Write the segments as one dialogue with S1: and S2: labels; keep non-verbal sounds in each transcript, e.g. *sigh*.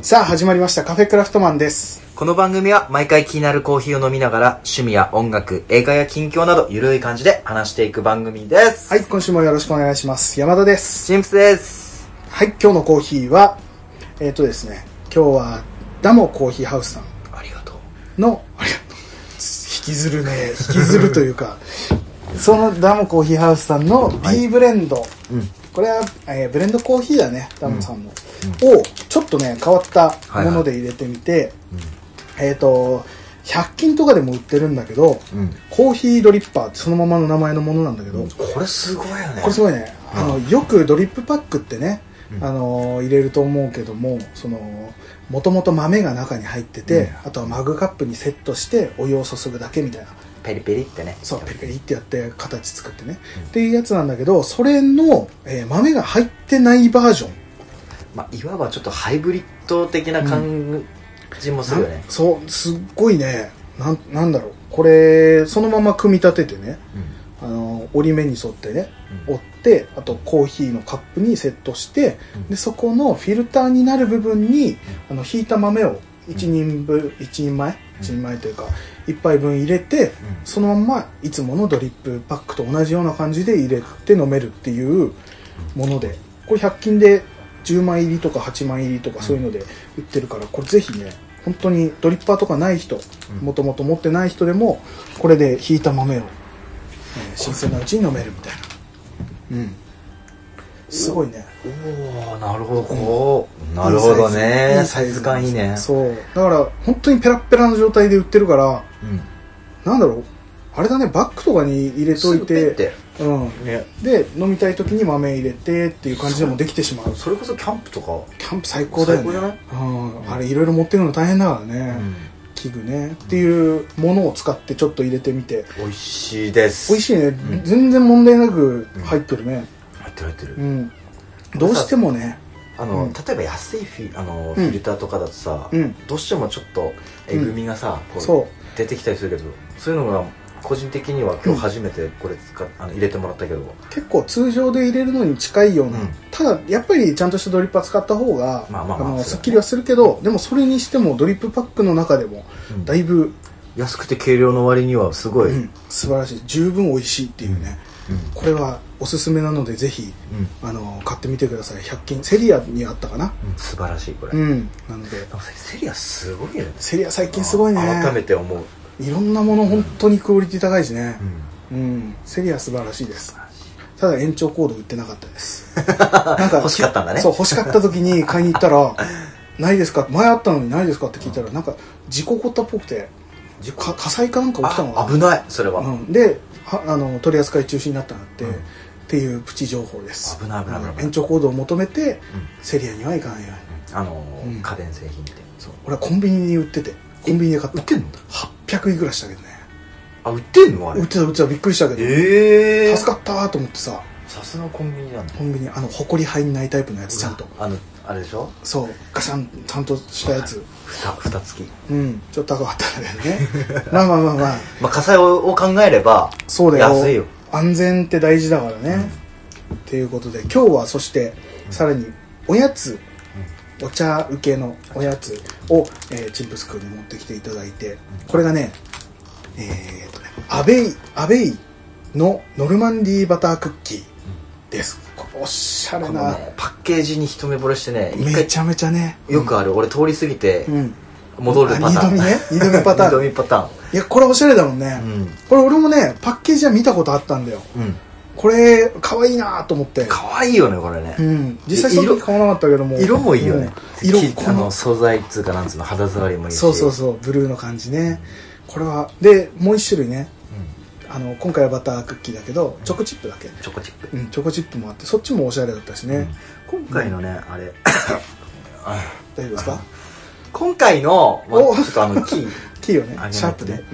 S1: さあ始まりましたカフェクラフトマンです
S2: この番組は毎回気になるコーヒーを飲みながら趣味や音楽、映画や近況などゆるい感じで話していく番組です。
S1: はい今週もよろしくお願いします山田です
S2: シンプスです。
S1: はい今日のコーヒーはえっ、とですね今日はダモコーヒーハウスさん
S2: ありがとう。
S1: のありがとう引きずるね引きずるというか *laughs* そのダモコーヒーハウスさんの B ブレンド、
S2: うん。
S1: これは、えーブレンドコーヒーだねダムさんの、をちょっとね変わったもので入れてみて、えっ、と100均とかでも売ってるんだけど、
S2: うん。
S1: コーヒードリッパーってそのままの名前のものなんだけど、こ
S2: これすごいよね。
S1: れすごいね、あのよくドリップパックってね、
S2: うん
S1: あの入れると思うけどもそのもともと豆が中に入ってて、あとはマグカップにセットしてお湯を注ぐだけみたいな
S2: ペリペリってね。
S1: そうペリペリってやって形作ってね、っていうやつなんだけどそれの、えー豆が入ってないバージョン
S2: まあ、いわばちょっとハイブリッド的な感じもするよね
S1: な。そうすっごいねなんなんだろうこれそのまま組み立ててねあの折り目に沿ってね折ってあとコーヒーのカップにセットして、
S2: うん
S1: でそこのフィルターになる部分に、あの引いた豆を1人分、一人前一人前というか1杯分入れて、そのまんまいつものドリップパックと同じような感じで入れて飲めるっていうものでこれ100均で10枚入りとか8枚入りとかそういうので売ってるからこれぜひね本当にドリッパーとかない人もともと持ってない人でもこれでひいた豆を、えー新鮮なうちに飲めるみたいなうんすごいね
S2: おおなるほど。こう。なるほどね。
S1: いい
S2: サイズ感いいね。
S1: そうだから本当にペラッペラの状態で売ってるから
S2: うん。
S1: なんだろうあれだねバッグとかに入れとい
S2: すぐ
S1: て
S2: ペッ
S1: うん、
S2: ね。
S1: で飲みたい時に豆入れてっていう感じでもできてしまう
S2: それこそキャンプとか。
S1: キャンプ最高だよね
S2: 最高じゃない
S1: うん、あれいろいろ持ってるの大変だからね、器具ねっていうものを使ってちょっと入れてみて
S2: 美味しいです。
S1: 美味しいね、
S2: ん
S1: 全然問題なく入ってるね
S2: 入ってる入ってる
S1: う。ん、どうしてもね
S2: あの、
S1: うん
S2: 例えば安いフィあの、
S1: ん
S2: フィルターとかだとさ、
S1: うん
S2: どうしてもちょっとえぐみがさ、こ
S1: そう
S2: 出てきたりするけどそういうのが個人的には今日初めてこれ使っあの入れてもらったけど、
S1: 結構通常で入れるのに近いような、
S2: うん
S1: ただやっぱりちゃんとしたドリッパー使った方が、
S2: まあまあまあそうだ
S1: の
S2: ね
S1: すっきりはするけどでもそれにしてもドリップパックの中でも
S2: うん
S1: だいぶ、
S2: 安くて軽量の割にはすごい、
S1: う
S2: うん
S1: ん素晴らしい十分美味しいっていうね、これはおすすめなのでぜひ
S2: うん
S1: あの買ってみてください100均セリアにあったかな
S2: うん素晴らしいこれ、
S1: う
S2: で
S1: んなので
S2: もセリアすごいよね
S1: セリア最近すごいね
S2: 改めて思う、
S1: いろんなもの本当にクオリティ高いしね
S2: う
S1: う
S2: ん
S1: ん、セリア素晴らしいですただ延長コード売ってなかったです
S2: *laughs*
S1: なん
S2: 欲しかったんだね
S1: そう欲しかった時
S2: *laughs*
S1: に買いに行ったらないですか前あったのにないですかって聞いたらなんか事故起こったっぽくて
S2: 事故
S1: か火災かなんか起きたの
S2: あ危ないそれは、
S1: うん、ではあの取り扱い中止になったなって、
S2: うん
S1: っていうプチ情報です
S2: 危ない危ない危ない
S1: あの延長コードを求めて、
S2: うん
S1: セリアには行かないように
S2: あの、
S1: うん
S2: 家電製品ってそう
S1: 俺はコンビニに売っててコンビニで買った
S2: 売ってんの
S1: 800いくらしたけどね
S2: あ売ってんのあれ
S1: 売ってた売ってたびっくりしたけど、
S2: ええー、
S1: 助かったと思ってさ
S2: さすがコンビニなんだ
S1: コンビニあのほこり入んないタイプのやつちゃんと
S2: あのあれでしょ
S1: そうガシャンちゃんとしたやつ
S2: ふたふた付き
S1: うんちょっと高かったんだよね *laughs* まあまあまあまあ
S2: まあ、火災を考えれば、
S1: そうだよ
S2: 安いよ
S1: 安全って大事だからね、ということで今日はそしてさらにおやつ、お茶受けのおやつを、えー、チンプスクールに持ってきていただいてこれがねえーっとねアベイアベイのノルマンディーバタークッキーですこれおしゃれ
S2: この
S1: な、
S2: ね、パッケージに一目惚れしてね、一
S1: め
S2: 回
S1: ちゃめちゃね
S2: よくある、俺通り過ぎて
S1: う、ん
S2: 戻るパターン。
S1: あ二度見ね二度見パターン
S2: 二度見パタ
S1: いやこれおしゃれだもんね、
S2: ーン。うん。
S1: これ俺もねパッケージは見たことあったんだよ
S2: うん。
S1: これ可愛いなと思って
S2: かわいいよね、これね
S1: う。ん実際その時買わなかったけども
S2: 色もいいよね。
S1: うん色
S2: き
S1: こ
S2: あ
S1: の
S2: の、素材っつうか、なんつうの、肌触りもいいし。
S1: そうそうそうブルーの感じねこれはでもう一種類ね
S2: うん。
S1: あの今回はバタークッキーだけどチョコチップだけ
S2: チョコチップ。
S1: うんチョコチップもあってそっちもおしゃれだったしね
S2: 今回のね、あれ、
S1: 大丈夫ですか
S2: 今回の、まあ、ち
S1: お
S2: ょっとあの、キー、
S1: キーをね
S2: あげないとね
S1: シャープで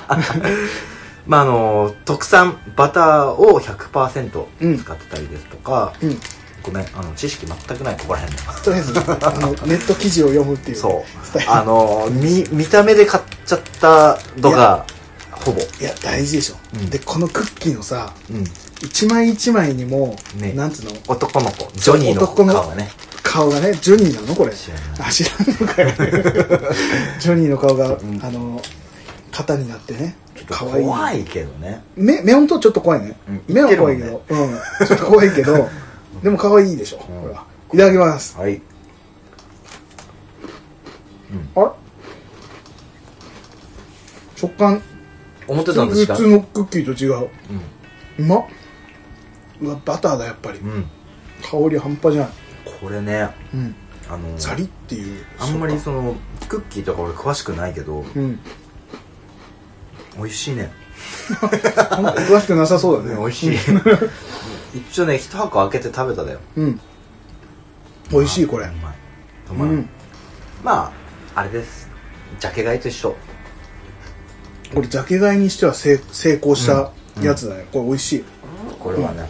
S1: *laughs* うん
S2: まあ、あの、特産、バターを100%使ってたりですとか、
S1: うん
S2: ごめん、あの、知識全くない、ここら辺の。
S1: とりあえずあのネット記事を読むっていう
S2: そう
S1: スタイ。ル
S2: あの、見、見た目で買っちゃったのが、ほぼ。
S1: いや大事でしょ
S2: うん
S1: でこのクッキーのさ
S2: うん。
S1: 一枚一枚にも
S2: ね
S1: なんつうの
S2: 男の子、ジョニーの
S1: 男
S2: 顔
S1: の
S2: がね。
S1: 顔がねジョニーなのこれ
S2: 知らない
S1: あ知らんの
S2: *laughs*
S1: かよジョニーの顔が、
S2: ん
S1: あの型になってね
S2: ちょっと
S1: 可愛い
S2: 怖いけどね
S1: 目目音ちょっと怖いね、
S2: うん
S1: 目は怖いけど、うん、ちょっと怖いけどでも可愛いでしょ、
S2: うん
S1: これはいただきます
S2: はい
S1: あれ食感
S2: 思ってたのと違
S1: 普通
S2: う
S1: のクッキーと違ううまっうわバターだやっぱり
S2: うん、うん、
S1: 香り半端じゃない、
S2: これね
S1: うん、
S2: あの
S1: ザリっていう
S2: あんまり
S1: 食
S2: そのクッキーとか俺詳しくないけど
S1: 感うん
S2: 美味しいね
S1: あんま詳しくなさそうだ
S2: ね
S1: ね
S2: 美味しい *laughs* 一応ね一箱開けて食べただよ
S1: うん美味しいこれ
S2: うまい
S1: う
S2: 止まらん
S1: ん
S2: まああれですジャケ買いと一緒
S1: これジャケ買いにしては成成功したやつだね、これ美味しい
S2: これはね、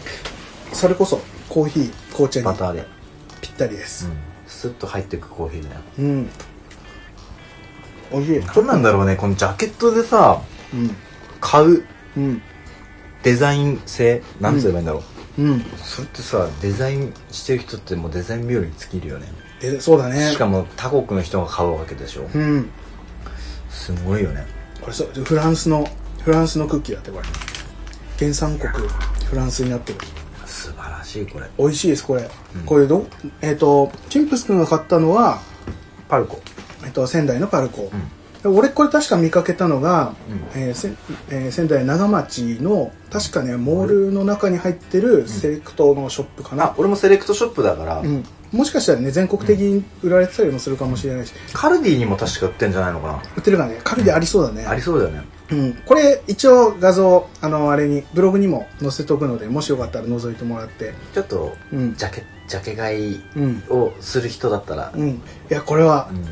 S1: それこそコーヒー紅茶
S2: バ
S1: に
S2: ターで、
S1: ぴったりです
S2: スッと入ってくコーヒーだよ
S1: うん美味しい
S2: 何なんだろうねこのジャケットでさ
S1: うん
S2: 買う
S1: うん
S2: デザイン性なんつえばいいんだろう、
S1: うん
S2: それってさデザインしてる人ってもうデザイン冥利に尽きるよね
S1: でそうだね
S2: しかも他国の人が買うわけでしょ
S1: うん
S2: すごいよね
S1: これそうフランスのフランスのクッキーだってこれ原産国フランスになってる
S2: 素晴らしいこれ
S1: 美味しいですこれ、
S2: うん
S1: これどえっ、とチンプス君が買ったのは、
S2: パルコ
S1: えっと仙台のパルコ
S2: う、ん
S1: 俺これ確か見かけたのが、
S2: う
S1: えーせえー仙台長町の確かねモールの中に入ってるセレクトのショップか
S2: あ
S1: な、
S2: 俺もセレクトショップだから、
S1: うんもしかしたらね全国的に売られてたりもするかもしれないし
S2: カルディにも確か売ってんじゃないのか
S1: 売ってるからねカルディありそうだね、
S2: なありそうだよね
S1: うん、これ一応画像あのあれにブログにも載せとくのでもしよかったら覗いてもらって
S2: ちょっと
S1: うん
S2: ジャケジャケ買い
S1: うん
S2: をする人だったら、
S1: うんいやこれは
S2: うん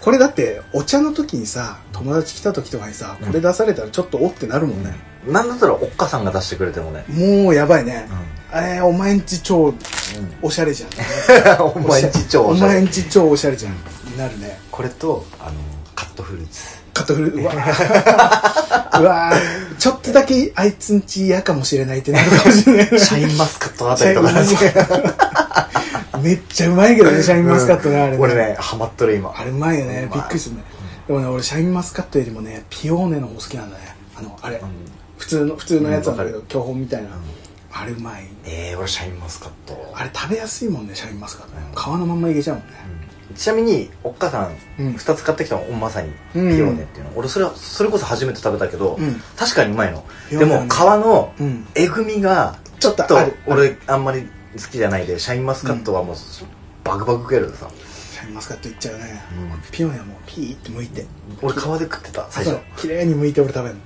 S1: これだってお茶の時にさ友達来た時とかにさこれ出されたらちょっとおってなるもんね、
S2: なんだったらおっかさんが出してくれてもね、
S1: もうやばいね、
S2: う
S1: えーお前んち超
S2: ん *laughs*
S1: おしゃれじゃん
S2: お前んち超
S1: お
S2: おしゃれ
S1: 前んち超おしゃれじゃんなるね
S2: これとあのカットフルーツ
S1: カットフルうわうわーちょっとだけあいつんち嫌かもしれないってなるかもしれない
S2: シャインマスカットあたりとか
S1: *laughs* シャインマスカットめっちゃうまいけどねシャインマスカットね、あれね
S2: 俺ねハマっとる今
S1: あれうまいよ
S2: う
S1: ね
S2: まい
S1: びっくりするねでもね俺シャインマスカットよりもねピオーネの方好きなんだねあのあれ、
S2: うん
S1: 普通の普通のやつなんだけど
S2: うん
S1: 巨峰みたいな、
S2: ん
S1: あれうまい
S2: えー、俺シャインマスカット
S1: あれ食べやすいもんねシャインマスカットね皮のまんまいけちゃうもんね
S2: うんちなみにおっかさ
S1: うん
S2: ん2つ買ってきたのまさにピオーネっていうの、俺それはそれこそ初めて食べたけど、
S1: うん
S2: 確かにうまいの
S1: ピオー
S2: で
S1: ネは
S2: も
S1: ね
S2: 皮の
S1: うん
S2: えぐみが
S1: ちょっと
S2: と
S1: ある
S2: 俺あんまり好きじゃないでシャインマスカットはもう、バクバク食えるでさ、
S1: シャインマスカットいっちゃうね、ピオーネはもうピーって剥いて
S2: 俺皮で食ってた最
S1: そ
S2: 初、
S1: う綺麗に剥いて俺食べるの、
S2: う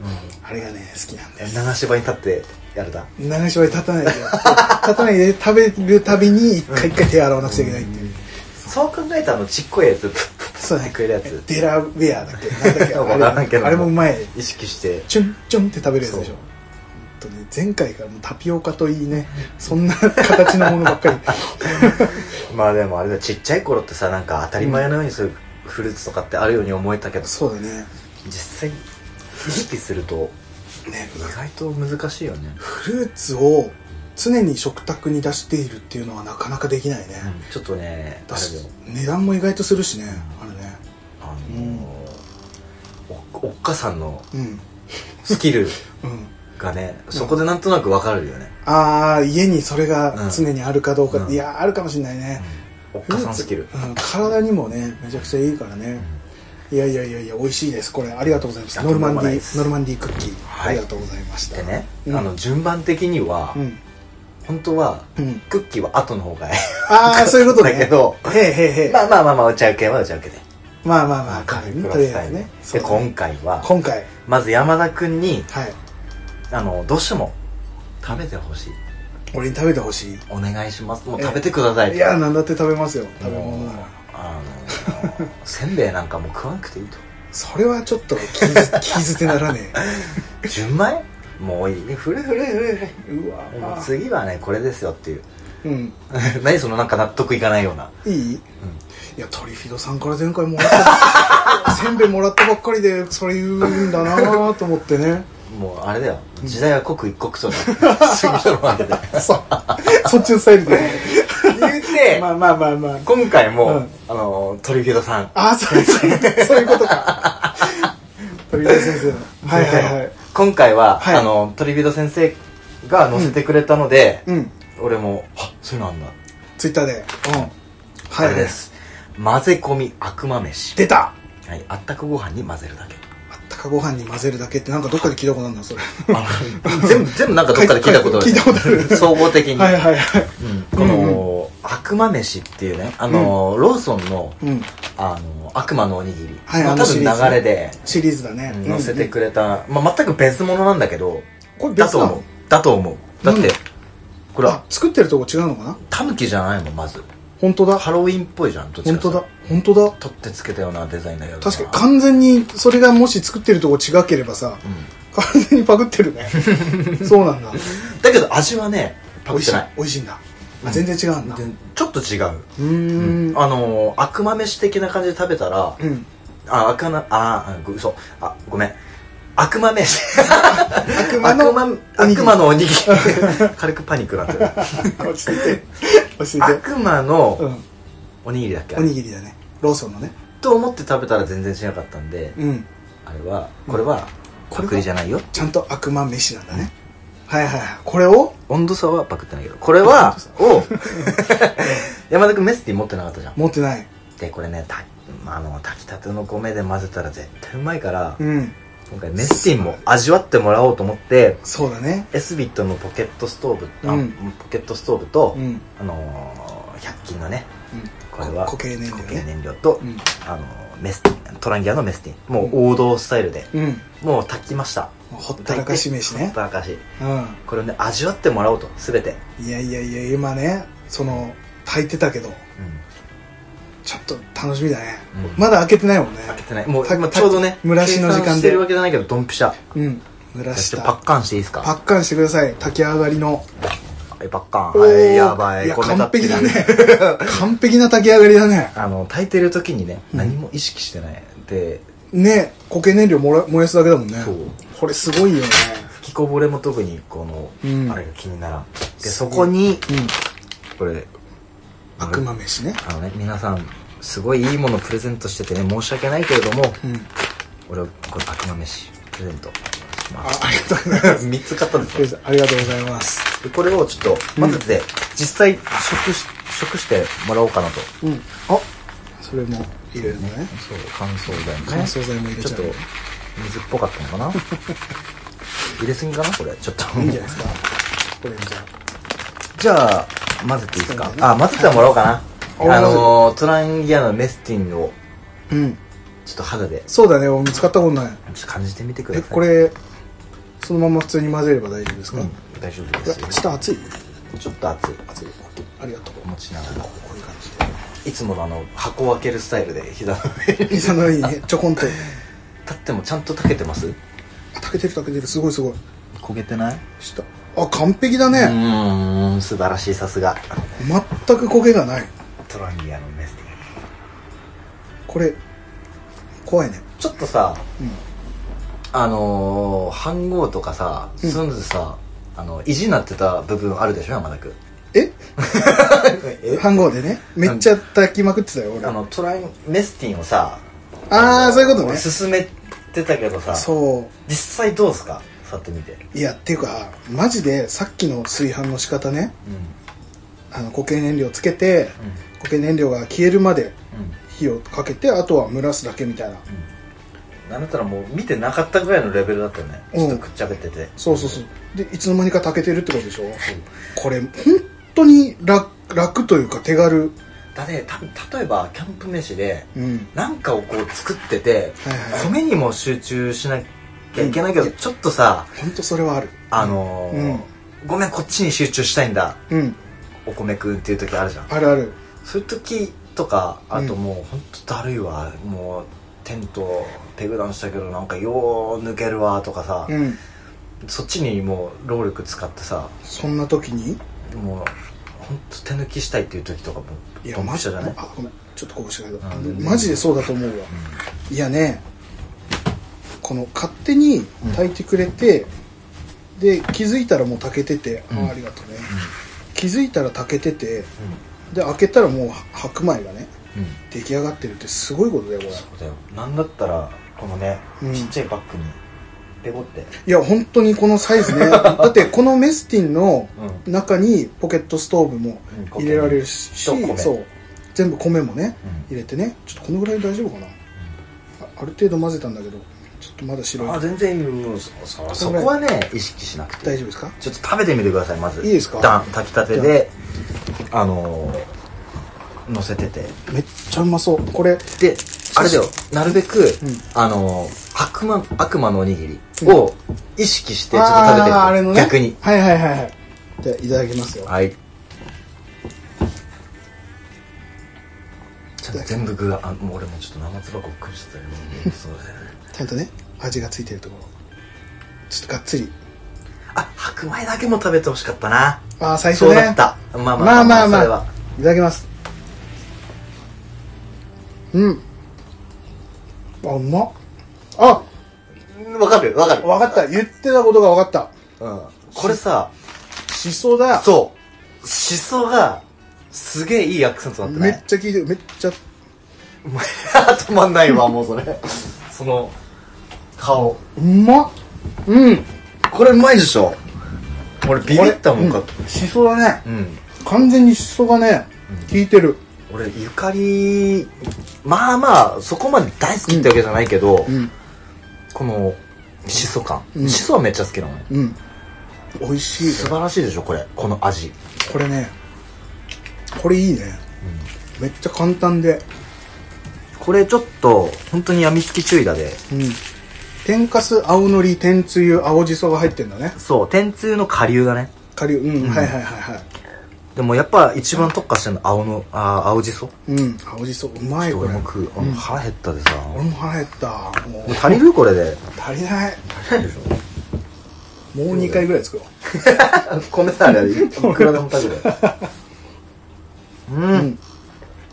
S1: あれがね好きなんだよ
S2: 流し場に立ってやれた
S1: 流し場に立たないでやって立たないで食べるたびに一回一回手洗わなくちゃいけないっていう、
S2: そう考えたらあのちっこいやつプップップッ
S1: そうだ
S2: って
S1: ね
S2: 食えるやつ
S1: デラウェアだっ
S2: *laughs*
S1: けなんだっけ
S2: わからんけど
S1: あれもうまい
S2: *laughs* 意識して
S1: チュンチュンって食べるやつでしょ
S2: そう
S1: 本当ね前回からもうタピオカといいねそんな形のものばっかり *laughs*
S2: まあでもあれだちっちゃい頃ってさなんか当たり前のようにそういうフルーツとかってあるように思えたけど、
S1: そうだね
S2: 実際意識すると
S1: ね
S2: 意外と難しいよね、
S1: フルーツを常に食卓に出しているっていうのはなかなかできないね、
S2: ちょっとねあ
S1: だ
S2: れ
S1: し
S2: だよ
S1: 値段も意外とするしねあれね
S2: あのーおおっかさんの
S1: うん
S2: スキル
S1: うん
S2: がねそこでなんとなくわかるよね、
S1: ああ家にそれが常にあるかどうか、
S2: うん
S1: いやーあるかもしれないね、
S2: おっかさんスキル
S1: うん、体にもねめちゃくちゃいいからね、いやいやいやいや美味しいですこれありがとうございます
S2: あ
S1: ノルマンデ
S2: とんでもない
S1: ィ
S2: です
S1: ーノルマンディークッキー、
S2: はい
S1: ありがとうございました
S2: でね、
S1: うん
S2: あの順番的には、
S1: うん
S2: 本当は
S1: うん
S2: クッキーは後の方がいい
S1: ああそういうことね
S2: だけど
S1: へえへえへえ
S2: まあまあまあまあ、お茶受けはお茶受けで。
S1: まあまあまあカ
S2: カフ
S1: フ
S2: ェ
S1: ェね
S2: クロ
S1: とり
S2: ス
S1: あえ
S2: 会
S1: ず
S2: ね
S1: ね。そ
S2: で、
S1: うだね
S2: 今回は、
S1: 今回
S2: まず山田くんに、
S1: はい
S2: あの、どうしても、食べてほしい。
S1: 俺に食べてほしい
S2: お願いします。もう食べてください。
S1: いやーなんだって食べますよ食べ
S2: も
S1: 物
S2: う
S1: なら
S2: あの、せんべいなんかもう食わなくていいと。
S1: それはちょっと気づ *laughs* 気づてならね
S2: 純米もういい。ふるふるふる
S1: えうわ
S2: ふる。もう次はね、これですよっていう。 *laughs*
S1: うん
S2: 何そのなんか納得いかないような。
S1: いい、いやトリフィドさんから
S2: *laughs*
S1: 前回もらったせんべいもらったばっかりでそれ言うんだなーと思ってね
S2: もうあれだよ時代は刻一刻と
S1: *laughs*
S2: だ過ぎとるまでだよ
S1: そう。そっちのスタイルで。
S2: 言うて、
S1: まあまあまあまあ。
S2: 今回も、
S1: うん
S2: あのトリフィードさん
S1: ああ、そうそう。そういうことか。鳥谷先生の。はいはいはい。
S2: 今回は、
S1: はい
S2: あのトリフィード先生が載せてくれたので、
S1: うん。
S2: 俺もあそういうのあんだ、
S1: ツイッターで。うん。
S2: あ
S1: は
S2: れ
S1: い。
S2: です混ぜ込み悪魔飯
S1: 出た
S2: はい、あったかご飯に混ぜるだけ
S1: あったかご飯に混ぜるだけってなんかどっかで聞いたことあるな、それ。
S2: あの *laughs* 全部全部なんかどっかで聞いたことある、
S1: 聞いたことある
S2: 総合的に、
S1: はいはいはい。
S2: うんこの、悪魔飯っていうねあの、ローソンの
S1: うん。
S2: あの悪魔のおにぎり、
S1: はい
S2: まあ
S1: あ
S2: 多
S1: の
S2: 分
S1: シリーズ
S2: 流れで
S1: シリーズだね。
S2: 載せてくれた、まあ、全く別物なんだけど
S1: これ
S2: だ
S1: 別
S2: と
S1: な
S2: 思う
S1: の
S2: だと思うだって、
S1: うん
S2: これ
S1: あ、作ってるとこ違うのかな
S2: タヌキじゃないもんまず
S1: 本当だ。
S2: ハロウィンっぽいじゃんどっち
S1: 本
S2: か
S1: 当だ
S2: さ。
S1: 本当だ。
S2: 取ってつけたようなデザインだけどな
S1: 確かに完全にそれがもし作ってるとこ違ければさ、完全にパクってる
S2: *laughs*
S1: ねそうなんだ
S2: うんだけど味はねパ
S1: 美味
S2: クっ
S1: してい
S2: ない
S1: 美味しいんだ、あ全然違うんだう
S2: でちょっと違う
S1: ーん
S2: あのー悪魔飯的な感じで食べたら
S1: うん
S2: あ悪なあーあ嘘あごめん悪魔飯
S1: 悪魔
S2: 悪
S1: の
S2: 魔
S1: おにぎり
S2: 悪魔のおにぎり軽くパニックなってる
S1: *laughs* 落ち着いて落ち着いて、
S2: 悪魔
S1: う
S2: の
S1: ん、
S2: おにぎりだっけ
S1: おにぎりだねローソンのね
S2: と思って食べたら全然しなかったんで
S1: うん
S2: あれはこれは
S1: こ
S2: パ
S1: れは
S2: クリじゃないよ
S1: ちゃんと悪魔飯なんだね、はいはいはいこれを
S2: 温度差はパクってないけどこれは
S1: *laughs*
S2: を山田君メスティ持ってなかったじゃん
S1: 持ってない
S2: でこれねたあの炊きたての米で混ぜたら絶対うまいから、
S1: うん
S2: 今回メスティンも味わってもらおうと思って
S1: そうだね
S2: エスビットのポケットストーブ、あ
S1: うん
S2: ポケットストーブと、
S1: うん、うん、
S2: あのー、100均のねこれは
S1: こ固形燃料
S2: 固形
S1: ね
S2: 燃料と、
S1: うん
S2: あのーメスティントランギアのメスティンもう王道スタイルで、
S1: うん
S2: もう炊きました
S1: ほったらかし飯
S2: ほっ
S1: ね
S2: たらかし
S1: うん
S2: これをね味わってもらおうと全て、
S1: いやいやいや今ねその炊いてたけどちょっと楽しみだね、
S2: うん
S1: まだ開けてないもんね
S2: 開けてないもう
S1: た
S2: 今ちょうどね
S1: た蒸らしの時間で
S2: 計算してるわけじゃないけどドンピシャ
S1: うん蒸らし
S2: ちょ
S1: た
S2: っとパッカンしていいですか
S1: パッカンしてください炊き上がりの
S2: はいパッカン
S1: おー
S2: はいやばい
S1: いや
S2: これ
S1: 完璧だね
S2: 立ってる
S1: 完璧な炊き上がりだね
S2: *laughs* あの炊いてる時にね
S1: うん
S2: 何も意識してないで
S1: ね固形燃料もら燃やすだけだもんね
S2: そう
S1: これすごいよね
S2: 吹きこぼれも特にこの
S1: うん
S2: あれが気にならんで
S1: そ
S2: そうこに
S1: うん
S2: これ
S1: 悪魔飯ね
S2: あのね皆さんすごいいいものプレゼントしててね申し訳ないけれども
S1: うん
S2: 俺はこれ悪魔飯プレゼントし
S1: あ
S2: ます
S1: ありがとうございます *laughs*
S2: 3つ買ったんです
S1: とりあえ
S2: よ
S1: ずありがとうございます
S2: でこれをちょっと混ぜて実際食し食してもらおうかなと
S1: うんあそれも入れるのね
S2: そう乾燥剤もね
S1: 乾燥剤も入れ
S2: ち
S1: ち
S2: ょ
S1: ゃ
S2: っ
S1: う
S2: と水っぽかった
S1: *laughs*
S2: のかな入れすぎかなこれちょっと
S1: いいんじゃないですかこれじゃ
S2: *laughs* じゃあ混ぜていいですか
S1: そうだ
S2: あ
S1: ね
S2: 混ぜてもらおうかな、
S1: はい
S2: あのー、トランギアのメスティンを
S1: あうん
S2: ちょっと肌で
S1: そうだね俺も使ったことない
S2: ちょっと感じてみてくだ
S1: え
S2: さい
S1: これそのまま普通に混ぜれば大丈夫です
S2: う
S1: か、
S2: ん大丈夫
S1: い
S2: で
S1: や
S2: すよ
S1: 下熱い
S2: ちょっと熱い
S1: 熱いありがとう
S2: 持ちながら
S1: こういう感じ
S2: いつものあの箱を開けるスタイルで膝の上に
S1: で膝の上にねちょこんと
S2: 立ってもちゃんと炊けてます
S1: あ炊けてる炊けてるすごいすごい
S2: 焦げてない
S1: 下あ完璧だ
S2: う
S1: ね、
S2: ーん素晴らしいさすが
S1: 全く焦げがない
S2: トランギアのメスティン
S1: これ怖いね
S2: ちょっとさ、
S1: うん
S2: あのー、飯号とかさ、
S1: うん
S2: そういうのでさ、あの、意地になってた部分あるでしょ、山田君。
S1: え
S2: え
S1: 飯盒でねめっちゃ炊きまくってたよ俺
S2: あ
S1: あ
S2: の、トライメスティンをさ、
S1: あーそういうことね
S2: 進めてたけどさ、
S1: そ
S2: 実際どうすか触ってみて。
S1: ういやっていうかマジでさっきの炊飯の仕方ね
S2: うん。
S1: あの固形燃料つけて固形燃料が消えるまで
S2: うん。うん。
S1: 火をかけてあとは蒸らすだけみたいな
S2: なんだったらもう見てなかったぐらいのレベルだったよね。ち
S1: う
S2: ょ
S1: ん
S2: っとくっちゃべってて。
S1: そうそうそうでいつの間にか炊けてるってことでしょこれ本当に楽楽というか手軽
S2: だって、た例えば、キャンプ飯で、
S1: うん
S2: なんかをこう作ってて、
S1: はいはい
S2: 米にも集中しなきゃいけないけど、ちょっとさ、
S1: 本当それはある
S2: あのーごめん、こっちに集中したいんだ、
S1: うん
S2: お米くんっていう時あるじゃん。
S1: あるある
S2: そういう時とか、あと
S1: うん
S2: もう、ほんとだるいわ、もう、テント、ペグダウンしたけど、なんかよう抜けるわ、とかさ、
S1: うん
S2: そっちにもう、労力使ってさ、
S1: そんな時に
S2: もう、ほんと手抜きしたいっていう時とかも、
S1: い
S2: ドンピ
S1: マ
S2: シ
S1: ジ
S2: ャじゃない
S1: あごめんちょっとこぼしたけど
S2: あ全然
S1: マジでそうだと思うわいやねここの勝手に炊いてくれて、で気づいたらもう炊けてて、
S2: うん
S1: ああありがとうね、気づいたら炊けててで開けたらもう白米がね
S2: うんうん
S1: 出来上がってるってすごいことだよこれ
S2: そうだよなんだったらこのね、
S1: うん
S2: ちっちゃいバッグにペコって
S1: いや本当にこのサイ
S2: *laughs*
S1: ズねだってこのメスティンの
S2: う
S1: 中にポケットストーブも
S2: ん
S1: 入れられるし
S2: と米
S1: そう全部米もね
S2: う
S1: 入れてねちょっとこのぐらいで大丈夫かなあある程度混ぜたんだけどちょっとまだ白い
S2: んあ全然もうそそそこはね意識しなくて
S1: 大丈夫ですか
S2: ちょっと食べてみてくださいまず
S1: いいですか
S2: 一旦炊きたてであのー、乗せてて
S1: めっちゃうまそうこれ
S2: であれだよなるべく、
S1: うん
S2: あのー、悪魔悪魔のおにぎりを意識してちょっと食べてる、
S1: あーあれのね
S2: 逆に
S1: はいはいはいはいじゃあいただきますよ
S2: はいちょっと全部具があもう俺もちょっと生唾ごっくりしてたよそうだよね
S1: ちゃんとね味がついてるところちょっとがっつり
S2: あ白米だけも食べてほしかったな
S1: ああ最初
S2: そう
S1: ね
S2: だったまあまあ
S1: まあまあま
S2: そ
S1: あ
S2: れはい
S1: ただきますうんあうまっあ
S2: うんわかるわかる
S1: 分かった言ってたことが分かった
S2: うんこれさ
S1: しそだ
S2: そうしそがすげえいいアクセントだった
S1: めっ
S2: ね
S1: ちゃ効いてるめっちゃ
S2: お前止まんないわもうそれ *laughs* その顔
S1: うまっうん
S2: これうまいでしょ俺ビビったもんか
S1: これうんしそだね
S2: うん
S1: 完全にしそがね効いてる
S2: 俺ゆかりまあまあそこまで大好きってわけじゃないけど、
S1: うん
S2: このしそ感、
S1: うん
S2: しそはめっちゃ好きなのね
S1: うん美味しい
S2: 素晴らしいでしょこれこの味
S1: これねこれいいね、めっちゃ簡単で
S2: これちょっと本当にやみつき注意だで
S1: うん天かす青のり天つゆ青じそが入ってんだね
S2: そう天つゆの顆粒だね
S1: 顆粒うん、はいはいはいはい
S2: でもやっぱ一番特化してるのは青のあー青じそ
S1: うん青じそうまいこれ
S2: 俺も食う、あの腹減ったでさ、
S1: 俺も腹減ったもう
S2: もう足りるこれで
S1: 足りない
S2: 足りないでしょ
S1: もう2回ぐらい作ろ
S2: 米さあれいくらでも食べるうん、
S1: う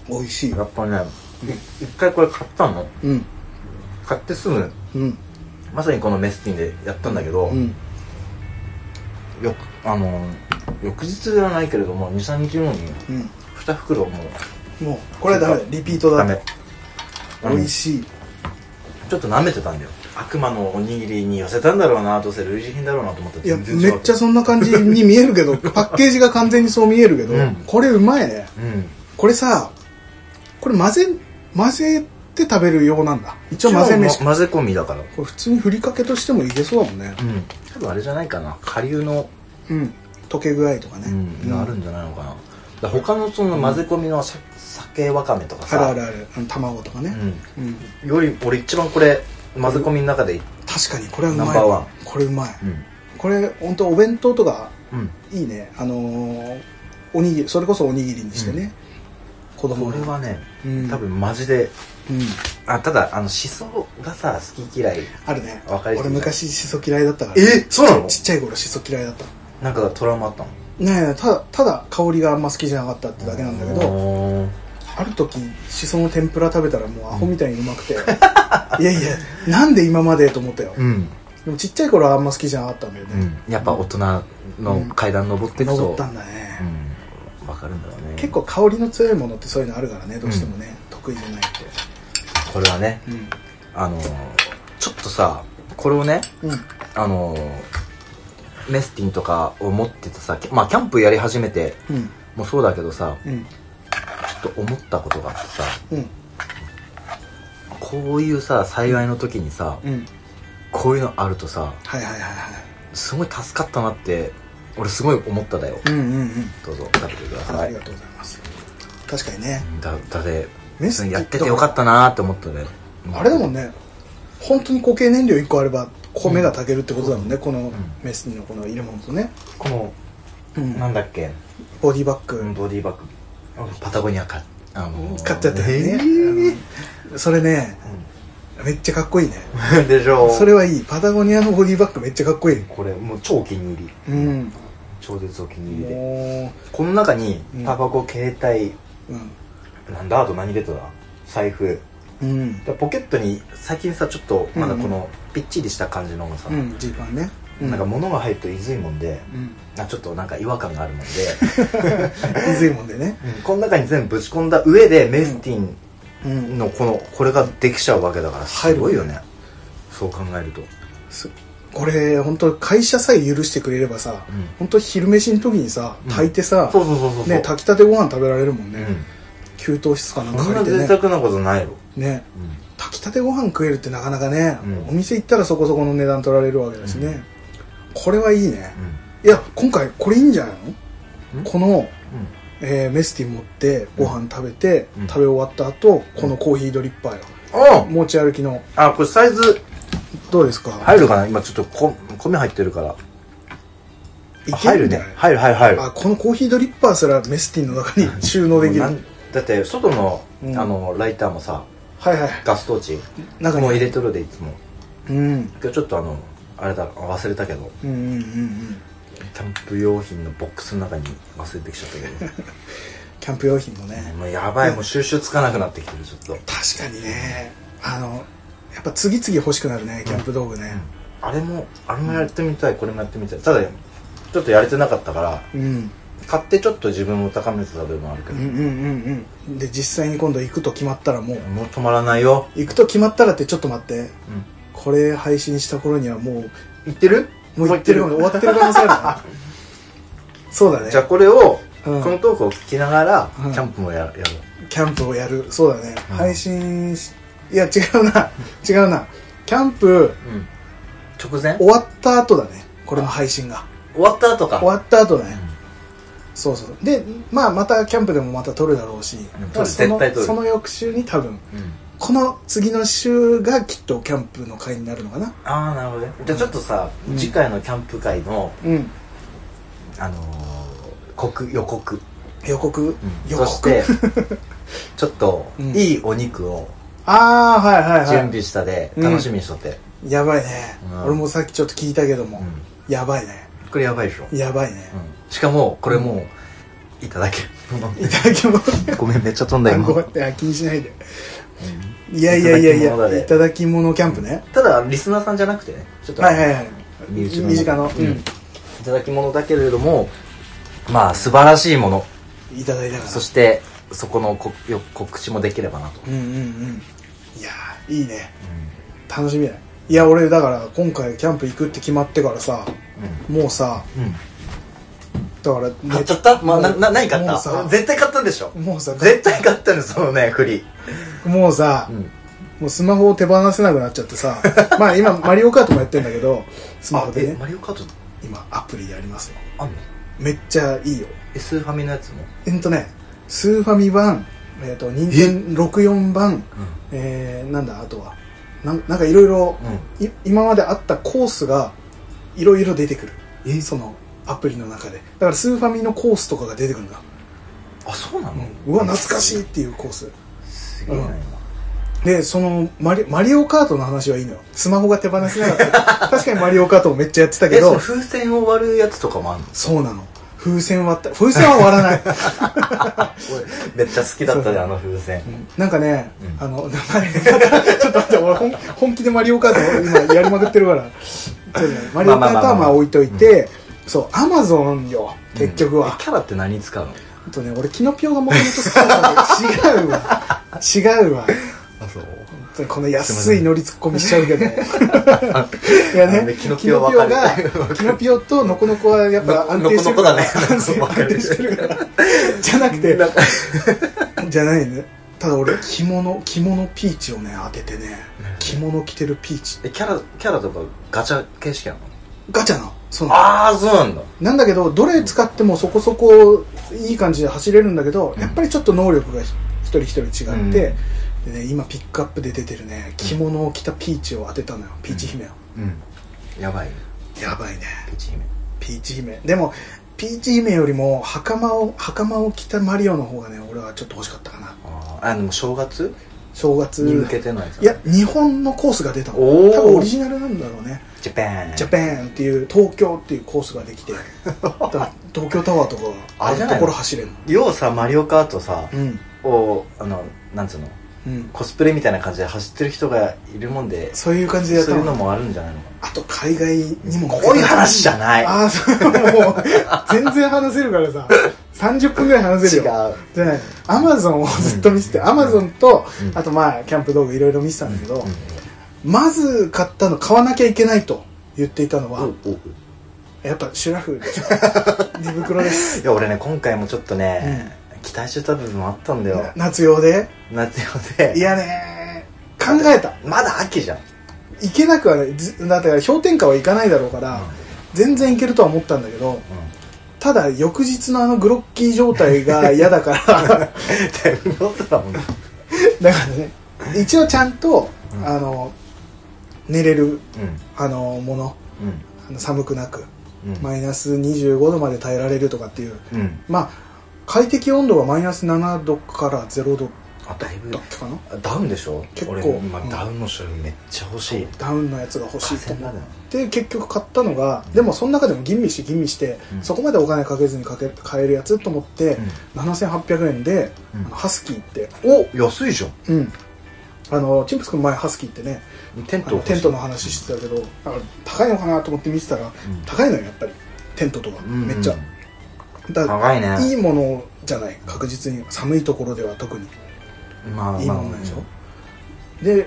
S1: 美味しい
S2: やっぱねい一回これ買ったの
S1: うん
S2: 買ってすぐ
S1: うん
S2: まさにこのメスティンでやったんだけど、
S1: うん
S2: よくあの翌日ではないけれども23日後に
S1: うん
S2: 2袋もう
S1: もうこれはダメだリピート
S2: ダ
S1: だ
S2: メ
S1: 美味しい
S2: ちょっと舐めてたんだよ悪魔のおにぎりに寄せたんだろうなどうせ類似品だろうなと思って
S1: いや
S2: 全然違う
S1: めっちゃそんな感じに見えるけ
S2: *laughs*
S1: どパッケージが完全にそう見えるけど、
S2: うん
S1: これうまいね
S2: うん
S1: これさこれ混ぜ混ぜて食べるようなんだ一応混ぜ飯
S2: ま混ぜ込みだから
S1: これ普通にふりかけとしてもいけそうだもんね
S2: うん多分あれじゃないかな顆粒の、
S1: うん溶け具合とかね、
S2: うん、
S1: う
S2: が
S1: ん
S2: あるんじゃないのかなだから他のその混ぜ込みのさ、酒わかめとか
S1: ある
S2: さ
S1: あるあるあの卵とかね、うん
S2: うん、より俺一番これ混ぜ込みの中で
S1: 確かにこれはうまい
S2: ナンバーワン
S1: これうまい、
S2: うん
S1: これ本当お弁当とか
S2: うん
S1: いいねあのーおにぎりそれこそおにぎりにしてね、子供
S2: こ
S1: の
S2: れはね、
S1: うん
S2: 多分マジで
S1: うん
S2: あただあの思想がさ好き嫌い
S1: あるね
S2: わかりづら
S1: 俺
S2: い
S1: 昔しそ嫌いだったから
S2: えそうなの
S1: ちっちゃい頃しそ嫌いだった
S2: なんかトラウマあったの
S1: ねえただただ香りがあんま好きじゃなかったってだけなんだけど、
S2: ど
S1: ある時しその天ぷら食べたらもうアホみたいにうまく
S2: *laughs*
S1: て、いやいやなんで今までと思ったよ、
S2: うん、
S1: でもちっちゃい頃はあんま好きじゃなかったんだよ
S2: う
S1: ね、
S2: ん、やっぱ大人の階段登ってくと、
S1: 登ったんだね、
S2: うんわかるんだろうね
S1: 結構香りの強いものってそういうのあるからねどうしてもね、得意じゃないって
S2: これはね
S1: う
S2: あのーちょっとさこれをね
S1: ん、うん、
S2: あのーメスティンとかを持ってたさきまあキャンプやり始めて
S1: うん
S2: もそうだけどさ
S1: うん
S2: ちょっと思ったことがあってさ
S1: うん
S2: こういうさ災害の時にさ
S1: うん
S2: こういうのあるとさ
S1: はいはいはいは
S2: すごい助かったなって俺すごい思っただよ
S1: いうんうんうん
S2: どうぞ食べてくだ
S1: あ
S2: さ
S1: り
S2: い
S1: がとうございます確かにね
S2: だだで
S1: メスティン
S2: やっててよかったなーって思ったね
S1: あれだもんね本当に固形燃料1個あれば米が炊けるってことだもんね、このメスのこの入れ物とね、
S2: この
S1: うん
S2: なんだっけ
S1: ボディバッグ、
S2: ボディバッグパタゴニア買っあのー
S1: 買っちゃったよね、うんそれねめっちゃかっこいいね
S2: うん *laughs* でしょ
S1: それはいいパタゴニアのボディバッグめっちゃかっこいい
S2: これもう超お気に入り
S1: うん
S2: 超絶お気に入りで
S1: も
S2: この中に
S1: うん
S2: タバコ携帯
S1: う、うん、
S2: なんだあと何入れてた財布
S1: うん
S2: でポケットに最近さちょっとまだこ
S1: うん
S2: のぴっちりした感じのさ、
S1: うんジーパンねうん
S2: なんか物が入るといずいもんで、
S1: うん
S2: あちょっとなんか違和感があるもんで、
S1: むずいもんでね
S2: この中に全部ぶち込んだ上でメスティ
S1: うん
S2: ンのこのこれができちゃうわけだから
S1: 入
S2: す
S1: る
S2: ごいよね、そう考えると、
S1: すこれ本当会社さえ許してくれればさ、
S2: うん
S1: 本当昼飯の時にさ
S2: うん
S1: 炊いてさ、
S2: そうそうそうそうそう
S1: ね、炊きたてご飯食べられるもんね、
S2: う
S1: 給湯室かなん
S2: ん、
S1: か
S2: こんな
S1: 借
S2: 贅
S1: りてね
S2: 沢なことないよ、
S1: ね炊きたてご飯食えるってなかなかね、
S2: うん
S1: お店行ったらそこそこの値段取られるわけだしね、
S2: うん
S1: これはいいね
S2: うんうん
S1: いや今回これいいんじゃないの
S2: ん
S1: この、えーメスティン持ってご飯食べて、
S2: うん
S1: 食べ終わった後このコーヒードリッパーよ
S2: おう
S1: 持ち歩きの
S2: あこれサイズ
S1: どうですか、
S2: 入るかな今ちょっとこ米入ってるから
S1: い、け
S2: 入
S1: る
S2: る
S1: んじ
S2: ね
S1: ゃない
S2: 入る入る入る
S1: あこのコーヒードリッパーすらメスティンの中に収納できる
S2: もう
S1: は
S2: ないんだって外の,、
S1: うん
S2: あのライターもさ
S1: はい
S2: ガストーチ
S1: 中に
S2: もう入れとるでいつも
S1: うん
S2: 今日ちょっとあのあれだ忘れたけど
S1: うんうんうんうん
S2: キャンプ用品のボックスの中に忘れてきちゃったけ
S1: キャンプ用品もね *laughs*
S2: どもうやばいもう収集つかなくなってきてるちょっと、
S1: 確かにねあのやっぱ次々欲しくなるねキャンプ道具ね
S2: あれもあれもやってみたいこれもやってみたいただちょっとやれてなかったから
S1: うん、
S2: 買ってちょっと自分を高めてた部分もあるけ
S1: う
S2: ど、
S1: んうんうんうんで実際に今度行くと決まったらもう
S2: もう止まらないよ、
S1: 行くと決まったらってちょっと待って
S2: うん、
S1: これ配信した頃にはもう
S2: 行ってる
S1: もう行ってるかも終わってる可能性
S2: *laughs*
S1: あるなそうだね
S2: じゃあこれを、
S1: うん
S2: このトークを聞きながら、
S1: うん
S2: キャンプもややろ
S1: キャンプをやるそうだね、
S2: うん
S1: 配信しいや違うな *laughs* 違うなキャンプ
S2: う、直前
S1: 終わった後だねこれの配信が
S2: 終わった後か
S1: 終わった後だね、
S2: うん
S1: そうそうでまあまたキャンプでもまた撮るだろうし、だからその
S2: 絶対撮る
S1: その翌週に多分
S2: うん
S1: この次の週がきっとキャンプの回になるのかな
S2: ああなるほどねじゃあちょっとさ、
S1: うん
S2: 次回のキャンプ会の、
S1: うん
S2: あのー、告予告、
S1: 予告、予
S2: そ
S1: 告
S2: して *laughs* ちょっと、
S1: うん
S2: いいお肉を
S1: ああはいはいはい
S2: 準備したで、
S1: うん
S2: 楽しみにしとって、
S1: やばいね、
S2: うん
S1: 俺もさっきちょっと聞いたけども、
S2: うん
S1: やばいね
S2: これやばいでしょ、
S1: やばいね
S2: う、ん、しかもこれもういただけ
S1: いただきます
S2: る *laughs* ごめんめっちゃ飛んだ今、
S1: ごめんあ気にしないでいやいやいやい
S2: いただき物だ
S1: や
S2: ね
S1: いただき物キャンプね、
S2: ただリスナーさんじゃなくてねちょっと、
S1: はいはいはい
S2: 身内の
S1: 身近の、う
S2: うん
S1: ん、
S2: いただき物だけれどもまあ素晴らしいもの
S1: いただいたから
S2: そしてそこのこよ告知もできればなと、
S1: うんうんうんいやーいいね楽しみだねいや俺だから今回キャンプ行くって決まってからさもうさ
S2: うんうん
S1: だから
S2: 買っちゃった、まあ、なな何買っ
S1: も
S2: た
S1: うさ
S2: 絶対買ったんでしょ
S1: もうさ
S2: 絶対買ったのそのね栗
S1: もうさ、
S2: うん
S1: もうスマホを手放せなくなっちゃって
S2: *laughs*
S1: さまあ今マリオカートもやってんだけどスマホ
S2: あ
S1: で
S2: え
S1: ね
S2: マリオカート
S1: 今アプリでやりますよ
S2: あんの
S1: めっちゃいいよ
S2: えスーファミのやつも
S1: えっとねスーファミ版えっ、と任天64版えー、なんだあとはなんなんかいろいろ
S2: うん、う
S1: い
S2: ん、
S1: 今まであったコースがいろいろ出てくる
S2: え
S1: そのアプリの中でだからスーファミのコースとかが出てくるんだ、
S2: あそうなの、
S1: うん、うわ懐かしいっていうコース
S2: すげえな
S1: う
S2: 今、
S1: んでそのマリマリオカートの話はいいのよスマホが手放せなかった確かにマリオカートもめっちゃやってたけ
S2: えそ
S1: ど
S2: の風船を割るやつとかもあんの
S1: そうなの風船割った風船は割らない、
S2: 俺めっちゃ好きだった
S1: そう
S2: であの風船
S1: うんなんかね、
S2: うん
S1: あの *laughs* 名前ちょっと待って俺本本気でマリオカート今やりまくってるからちょっとねマリオカートはまあ置いといてそうアマゾンよ結局
S2: うん
S1: は
S2: え、キャラって何使うの
S1: あとね俺キノピオがもともと好きだったんだけど違うわ違うわ
S2: あそう
S1: 本当にこの安い乗りツッコミしちゃうけどいや
S2: あの
S1: ね
S2: ねキノピオわか
S1: キノ
S2: る
S1: ピオがキノピオとノコノコはやっぱ安定して
S2: ノコ
S1: る
S2: ノコだね
S1: 安定
S2: わかる
S1: *laughs* 安定してるからじゃな
S2: *laughs*
S1: くて
S2: なんか
S1: じゃないねただ俺着物着物ピーチをね当ててね着物着てるピーチ
S2: えキャラキャラとかガチャ形式なの
S1: ガチャなその
S2: ああそうなんだ
S1: なんだけどどれ使ってもそこそこいい感じで走れるんだけど、やっぱりちょっと能力がひ一人一人違って、でね、今ピックアップで出てるね着物を着たピーチを当てたのよピーチ姫を、
S2: うんやばい
S1: やばいね
S2: ピーチ姫
S1: ピーチ姫でもピーチ姫よりも袴を袴を着たマリオの方がね俺はちょっと欲しかったかな
S2: あーあでも正月
S1: 正月
S2: に向けてのやつ
S1: いや日本のコースが出たの
S2: おー
S1: 多分オリジナルなんだろうね
S2: ジャパン
S1: ジャパンっていう東京っていうコースができ
S2: *laughs*
S1: てだから東京タワーとかあ
S2: あ
S1: あい
S2: れじ
S1: う
S2: ゃ
S1: と
S2: ないの
S1: ころ走れるの
S2: 要はさマリオカートさ
S1: うん
S2: をあのなんつうの
S1: ううん
S2: コスプレみたいな感じで走ってる人がいるもんで
S1: そういう感じ
S2: そう
S1: でやった
S2: いうの
S1: の
S2: もあるんじゃないのか
S1: あと海外にも
S2: こういう話じゃない
S1: ああそうもう全然話せるからさ30分ぐらい話せるよ
S2: な違う
S1: でねアマゾンをずっと見ててアマゾンと
S2: うん
S1: あとまあキャンプ道具いろいろ見てたんだけど、
S2: うん
S1: まず買ったの買わなきゃいけないと言っていたのは、
S2: おおお
S1: やっぱシュラフでしょ *laughs* 寝袋です
S2: いや俺ね今回もちょっとね、期待してた部分もあったんだよ
S1: な夏用で
S2: 夏用で
S1: いやね考えた
S2: まだ秋じゃん
S1: いけなくはないずだって氷点下はいかないだろうから、全然いけるとは思ったんだけどただ翌日のあのグロッキー状態が嫌だから *laughs*
S2: *laughs* だいぶ乗ってたもんね
S1: だからね一応ちゃんと、
S2: うん
S1: あの寝れる
S2: う
S1: あのもの
S2: ん
S1: あの寒くなく
S2: うんうん
S1: マイナス25度まで耐えられるとかっていう
S2: うん
S1: まあ快適温度はマイナス7度から0度
S2: あだいぶ
S1: だったかな
S2: ダウンでしょ
S1: 結構
S2: 俺、まあ
S1: うん
S2: ダウンの種類めっちゃ欲しい
S1: ダウンのやつが欲しいと思
S2: 河川
S1: っ
S2: だな
S1: て結局買ったのがでもその中でも吟味して吟味して、
S2: うん
S1: そこまでお金かけずにかけ買えるやつと思って、
S2: う
S1: 7800円で、
S2: うん
S1: あのハスキーって
S2: んお安いじゃん
S1: うんあのチンプス君前ハスキーってね
S2: テン
S1: あの
S2: ト欲しい
S1: テントの話してたけどあの高いのかなと思って見てたら、
S2: ん
S1: 高いのよやっぱりテントとか、
S2: うん
S1: めっちゃだから
S2: 高いね
S1: いいものじゃない確実に寒いところでは特に
S2: まあ
S1: いいものなんでしょ、で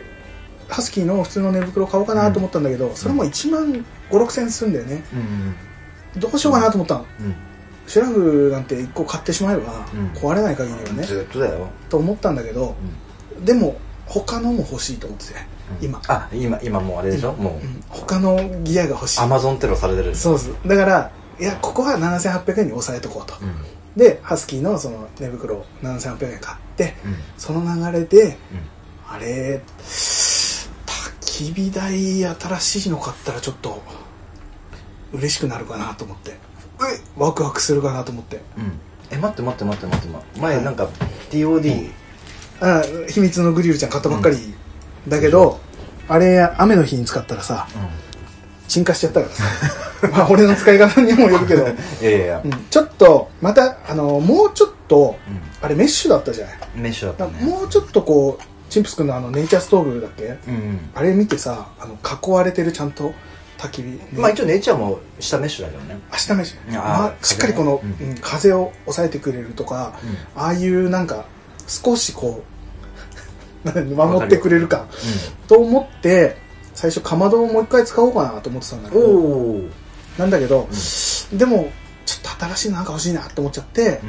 S1: ハスキーの普通の寝袋買おうかなと思ったんだけど、それも1万56000円するんだよね
S2: うんうん
S1: どうしようかなと思ったの
S2: うん
S1: シュラフなんて1個買ってしまえば
S2: うん
S1: 壊れない限りは
S2: うん
S1: ね、
S2: ずっとだよ
S1: と思ったんだけど
S2: うん
S1: でも他のも欲しいと思ってて、
S2: うん
S1: 今
S2: あ今今もうあれでしょも
S1: う
S2: うん
S1: 他のギアが欲しい
S2: アマゾンテロされてる
S1: そうですだからいやここは7800円に抑えとこうと、
S2: うん
S1: でハスキーのその寝袋を7800円買って
S2: うん
S1: その流れで
S2: うん
S1: あれ焚き火台新しいの買ったらちょっと嬉しくなるかなと思ってワクワクするかなと思って
S2: うんえ待って待って待って待って待って前なんか
S1: う
S2: TOD
S1: あ秘密のグリルちゃん買ったばっかりだけど、あれ雨の日に使ったらさ沈下しちゃったからさまあ俺の使い方にもよるけど、う
S2: *laughs* いやいやいや
S1: ん、ちょっとまたあのもうちょっと
S2: う
S1: あれメッシュだったじゃない
S2: んメッシュだっ
S1: だ
S2: た
S1: から
S2: ね
S1: もうちょっとこうチンプス君のあのネイチャーストーブだっけ
S2: うんうん
S1: あれ見てさあの囲われてるちゃんと焚き火、
S2: まあ一応ネイチャーも下メッシュだけどね
S1: 明日飯、
S2: いや
S1: まあ
S2: あ、ー
S1: しっかりこの、
S2: 風ね
S1: うん風を抑えてくれるとか
S2: うん
S1: ああいうなんか少しこう *laughs* 守ってくれるかと思って最初かまどをもう一回使おうかなと思ってたんだけど
S2: おお
S1: なんだけど、でもちょっと新しいのなんか欲しいなと思っちゃって、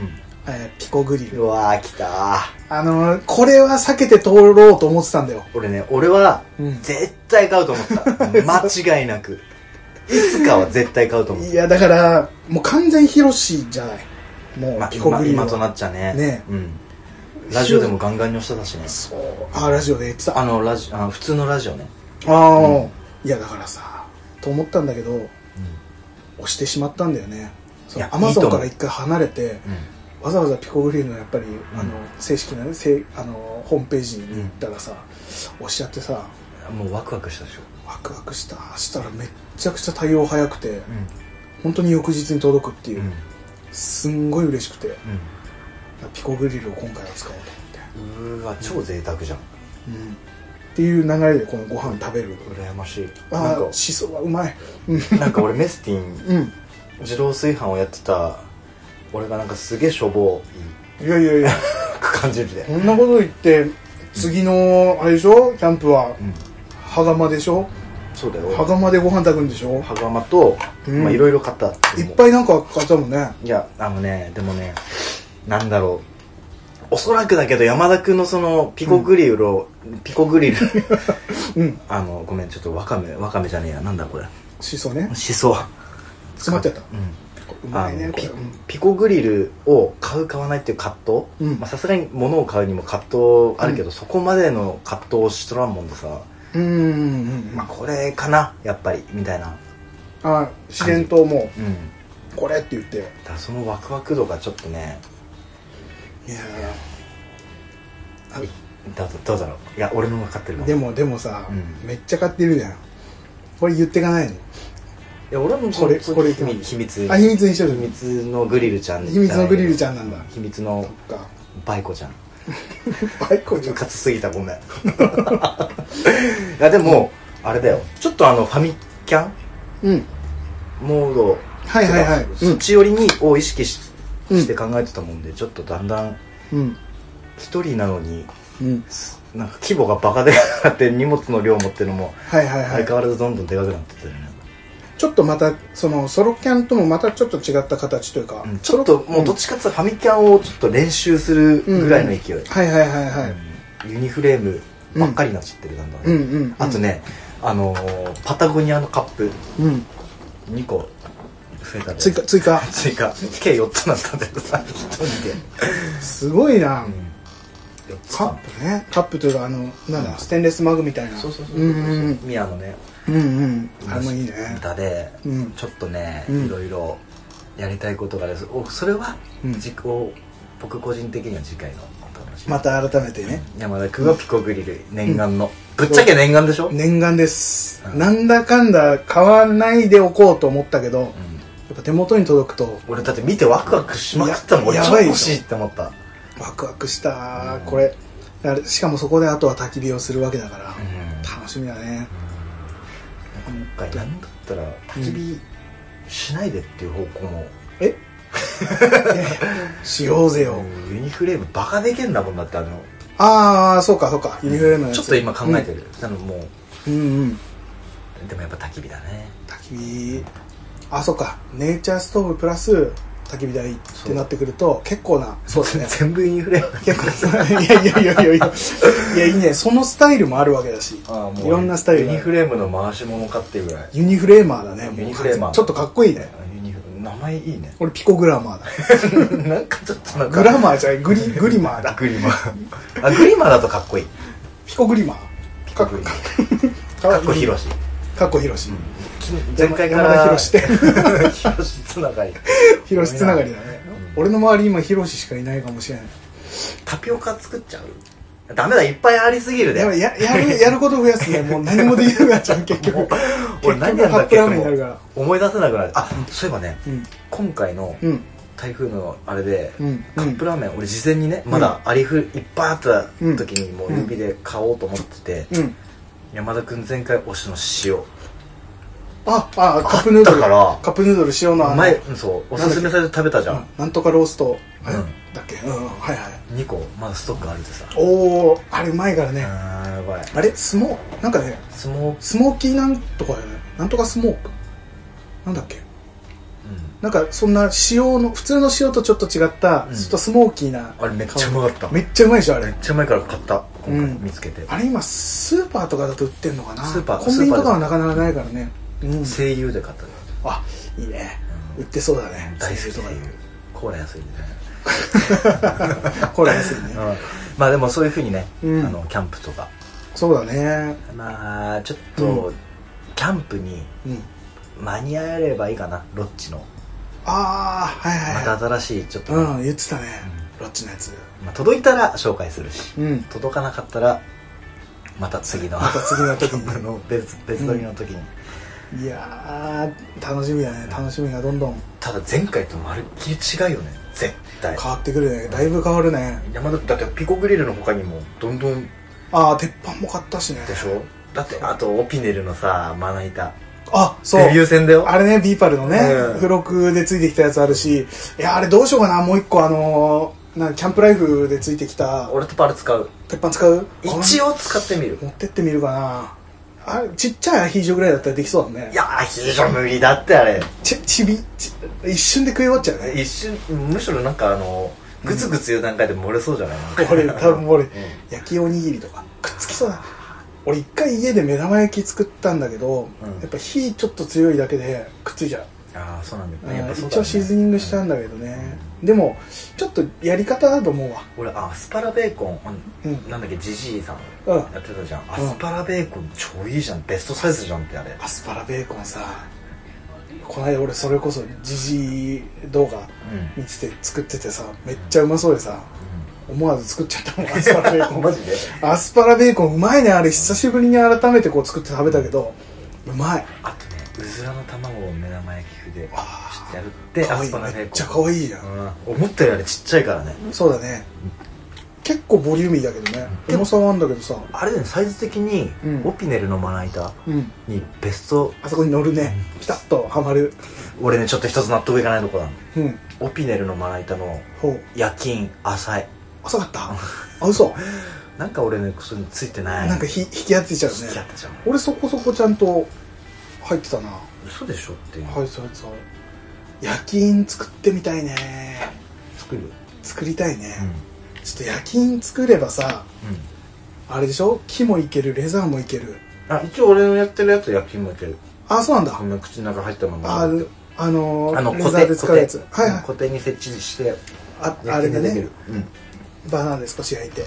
S1: えーピコグリ
S2: う
S1: ル
S2: んうわー来たー
S1: あのーこれは避けて通ろうと思ってたんだよ、
S2: 俺ね俺は
S1: うん
S2: 絶対買うと思った
S1: *laughs*
S2: 間違いなくいつかは絶対買うと思う
S1: いやだからもう完全にヒロシじゃないも
S2: ま
S1: う
S2: あ
S1: ピコ
S2: 今
S1: グリルは
S2: 今となっちゃね
S1: ね
S2: うんラジオでもガンガンに押してたしね
S1: そうああラジオで言ってた
S2: あのラジあの普通のラジオね
S1: ああ、いやだからさと思ったんだけど押してしまったんだよね
S2: いや
S1: アマゾン
S2: いいと思
S1: か
S2: う
S1: ら一回離れて
S2: う
S1: わざわざピコグリルのやっぱり、
S2: ん
S1: あの正式なねせあのホームページに行ったらさ、押しちゃってさ
S2: んもうワクワクしたでしょ
S1: ワクワクしたしたらめっちゃくちゃ対応早くて
S2: うん
S1: 本当に翌日に届くっていう、
S2: うん
S1: すんごい嬉しくてピコグリルを今回は使おうと思って、
S2: うんうーわ超贅沢じゃん
S1: うんっていう流れでこのご飯食べる、
S2: 羨ましいな
S1: あ
S2: ん
S1: あしそはうまい
S2: かなんか俺メスティン
S1: うん
S2: 自動炊飯をやってた俺がなんかすげえしょぼ
S1: いやいやいや
S2: *laughs* いく感じるで
S1: こんなこと言って次のあれでしょキャンプは
S2: うん
S1: 羽釜でしょ
S2: そうだよ
S1: 羽釜でご飯炊くんでしょ
S2: 羽釜と
S1: うん
S2: まあいろいろ買った
S1: いっぱいなんか買ったもんね
S2: いやあのねでもねなんだろうおそらくだけど山田君のそのピコグリルを、ピコグリル
S1: *laughs* うん
S2: あのごめんちょっとわかめわかめじゃねえやなんだこれ
S1: しそね
S2: しそ
S1: 詰まっちゃった
S2: うん
S1: う
S2: あ
S1: まいね
S2: の
S1: これ
S2: ピ
S1: うん
S2: ピコグリルを買う買わないっていう葛藤
S1: うん
S2: まあさすがに物を買うにも葛藤あるけど、そこまでの葛藤をしとらんもんで
S1: う
S2: さ、
S1: んうんうん
S2: まあこれかなやっぱりみたいな
S1: あ自然とも
S2: うん
S1: うこれって言ってよ
S2: だからそのワクワク度がちょっとね
S1: いや
S2: どうどうだろういや俺のも買ってるか
S1: ー
S2: も
S1: で
S2: い
S1: もでもさ
S2: うん
S1: めっちゃ買ってるじゃんこれ言ってかないの
S2: や俺も
S1: これ
S2: そう
S1: これ
S2: 秘密秘密
S1: あ秘密にしとる
S2: 秘密のグリルちゃん
S1: 秘密のグリルちゃんなんだ
S2: 秘密の
S1: そっか
S2: バイコちゃん
S1: はいこじゃん
S2: 勝つすぎたごめん *laughs* いやでも、あれだよちょっとあのファミキャン
S1: うん
S2: モード
S1: はいはいはいうん
S2: そっち寄りにを意識し
S1: うん
S2: して考えてたもんで、ちょっとだんだん
S1: うん
S2: 一人なのに
S1: うん
S2: すなんか規模がバカでかくなって荷物の量もってのも
S1: はいはいは
S2: 相
S1: い
S2: 変わらずどんどんでかくなってて、ね
S1: ちょっとまたそのソロキャンともまたちょっと違った形というか、
S2: うんちょっともうどっちかっていうとファミキャンをちょっと練習するぐらいの勢い、
S1: はいはいはいはい
S2: うんユニフレームばっかりになっちゃってるだんだん
S1: う
S2: ね、
S1: んうんうん
S2: あとね、あのーパタゴニアのカップ
S1: うん
S2: 2個増えたで
S1: 追加追加
S2: 追加計4つになったんだけどさ1人で、
S1: すごいな、
S2: 4つ
S1: カ
S2: か
S1: ップねカップというかあのなんだステンレスマグみたいな
S2: そうそうそうそう
S1: うんうん
S2: ミヤのね
S1: うんうんあれもいいね
S2: 歌で、
S1: うん
S2: ちょっとね、
S1: うん
S2: いろいろやりたいことがあるおそれは、
S1: うん
S2: 自己僕個人的には次回のお楽しみ
S1: また改めてね
S2: 山田君はピコグリル念願の、ぶっちゃけ念願でしょ、うん
S1: 念願です、
S2: うん
S1: なんだかんだ買わないでおこうと思ったけど、やっぱ手元に届くと
S2: 俺だって見てワクワクしまくったもん
S1: い
S2: 俺
S1: や
S2: 超
S1: やばいでしょ
S2: 欲しいって思った、
S1: ワクワクした、
S2: うん
S1: これあれしかもそこであとは焚き火をするわけだから、
S2: うん
S1: 楽しみだね
S2: 今回なんだったら焚き火しないでっていう方向も、
S1: えしようぜよ、
S2: うんユニフレームバカでけんだもんだってあの
S1: ああそうかそうかユニフレームのやつ
S2: ちょっと今考えてる、なのもう
S1: うんうんうん
S2: でもやっぱ焚き火だね
S1: 焚き火あそうかネイチャーストーブプラス焚き火台ってなってくると結構なそうですね
S2: 全部インフレーム
S1: 結構いやいやいやいやいやいやいいねそのスタイルもあるわけだしいろんなスタイル
S2: ユ
S1: が
S2: ニフレームの回し物かっていうぐらい
S1: ユニフレーマーだねもう
S2: ユニフレーマー
S1: ちょっとかっこいいね
S2: ユニフレーム名前い
S1: *laughs*
S2: いね
S1: 俺ピコグラマーだ
S2: なんかちょっとなんか
S1: グラマーじゃないグリグリマーだ
S2: グリマあグリマだとかっこいい
S1: ピコグリマー
S2: ピコグリマかっこひろし
S1: かっこひろし
S2: 前回から
S1: 山田ひろし
S2: *laughs*
S1: って
S2: ひろしつながり
S1: ひろしつながりだね
S2: うん
S1: 俺の周り今ひろししかいないかもしれない
S2: タピオカ作っちゃうダメだいっぱいありすぎる
S1: やばい
S2: で
S1: やや
S2: *laughs*
S1: るやること増やすねもう何もできなくなっちゃう結局
S2: 俺何やん
S1: カッ
S2: だっ
S1: プ
S2: け
S1: ラーメンになるから
S2: 思い出せなくなるあそういえばね
S1: うん
S2: 今回の
S1: うん
S2: 台風のあれで
S1: うん
S2: カップラーメン俺事前にねまだありふいっぱいあった時にもう指で買おうと思ってて
S1: うん
S2: 山田君前回推しの
S1: ああカップヌードル
S2: あったから
S1: カップヌードル塩のあ
S2: 塩
S1: の
S2: 前うんそうおすすめされて食べたじゃ
S1: うん
S2: ん
S1: なんとかローストえ
S2: うん
S1: だっけうんうんはいはい
S2: 2個まだストックあるでさ
S1: おおあれうまいからね
S2: あーやばい
S1: あれスモーなんかね
S2: スモーク
S1: スモーキーなんとかだよねなんとかスモークなんだっけなんかそんな塩の普通の塩とちょっと違った、
S2: うん
S1: ちょっとスモーキーな
S2: あれめっちゃうまかった
S1: め
S2: めっ
S1: っちゃうまいでしょあれ
S2: ちゃ前から買った今回
S1: うん
S2: 見つけて
S1: あれ今スーパーとかだと売ってんのかな
S2: スーパー
S1: コンビニとかはなかなかないからねうん
S2: 声優で買ったの
S1: あいいね売
S2: う
S1: っ
S2: ん
S1: てそうだね
S2: 大好き
S1: とか
S2: 声優コーラ安いんでね
S1: これ安いね
S2: まあでもそういうふうにねあ
S1: うん
S2: のキャンプとか
S1: そうだね
S2: まあちょっ
S1: う
S2: とキャンプに
S1: うん
S2: 間に合えればいいかなロッチの
S1: ああはい
S2: ま
S1: はい
S2: た
S1: は
S2: 新しいちょっと、
S1: いうん言ってたねロッチのやつ
S2: まあ、届いたら紹介するし
S1: うん
S2: 届かなかったらまた次の
S1: また次の時
S2: キャンプ
S1: に
S2: の *laughs* 別別撮りの時に、
S1: いやー楽しみだね楽しみがどんどん
S2: ただ前回とまるっきり違うよね絶対
S1: 変わってくるねだいぶ変わるね
S2: 山田だってピコグリルの他にもどんどん
S1: ああ鉄板も買ったしね
S2: でしょだってあとオピネルのさまな板
S1: あそう
S2: デビュー戦だよ
S1: あれね、ビーパルのね、
S2: うん
S1: 付録でついてきたやつあるし、いや、あれどうしようかな、もう一個あのーなんかキャンプライフでついてきた、
S2: 俺とパル使う
S1: 鉄板使う
S2: 一
S1: 応
S2: 応使ってみる
S1: 持ってってみるかな。あれ、ちっちゃいアヒージョぐらいだったらできそうだね。
S2: いやー非常無理だってあれ
S1: ち、ちび、ち一瞬で食い終わっちゃうね。
S2: 一瞬むしろなんかあのグツグツいう段階で漏れそうじゃない *laughs*
S1: 俺、多分俺、
S2: う
S1: 焼きおにぎりとか、くっつきそうだな。俺一回家で目玉焼き作ったんだけど、
S2: うん
S1: やっぱ火ちょっと強いだけでくっついちゃう。
S2: ああそうなんだ
S1: うん
S2: よやっぱそうだ、ね、
S1: 一応シーズニングしたんだけどね。でも、ちょっとやり方だと思うわ。
S2: 俺あアスパラベーコンあ
S1: うん
S2: なんだっけジジイさん
S1: うん。
S2: やってたじゃんアスパラベーコン超いいじゃんベストサイズじゃんってあれ
S1: アスパラベーコンさこの間俺それこそジジイ動画
S2: うん、うん
S1: 見てて作っててさめっちゃうまそうでさ思わず作っちゃったもんアスパラベーコン *laughs*
S2: マジで
S1: アスパラベーコンうまいねあれ久しぶりに改めてこう作って食べたけどうまい
S2: あとねうずらの卵を目玉焼き風で
S1: あー
S2: ちょっとやるって
S1: 可
S2: ア
S1: 愛い
S2: スパラベーコン
S1: めっちゃ可愛いじゃん
S2: うん思ったよりちっちゃいからね
S1: そうだね結構ボリューミーだけどね重さはあんだけどさ
S2: あれだよねサイズ的に、
S1: うん
S2: オピネルのまな板
S1: うん
S2: にベスト
S1: あそこに乗るねピタッとはまる
S2: 俺ねちょっと一つ納得いかないとこなの
S1: うん
S2: オピネルのまな板の
S1: ほう
S2: 夜勤浅い
S1: 浅かったあ嘘
S2: なんか俺ねそれについてない
S1: なんかひ引き当てちゃう
S2: 好きやっ
S1: ね
S2: たじゃん
S1: 俺そこそこちゃんと入ってたな
S2: 嘘でしょっていう
S1: はいそうそう夜勤作ってみたいね
S2: 作るうん
S1: 作りたいね、ちょっと夜勤作ればさあれでしょ木もいけるレザーもいける
S2: あ一応俺のやってるやつは夜勤もいける
S1: あそうなんだ、
S2: こんな口の中入ったまま
S1: あるあのー
S2: あの
S1: レ
S2: 固
S1: ザー
S2: 定
S1: で
S2: 固
S1: 使うや
S2: 定
S1: つはいはい
S2: 固定に設置して
S1: ああ
S2: 夜
S1: れ
S2: 勤
S1: で
S2: ででき
S1: ね
S2: るうん
S1: バナナで少し焼いて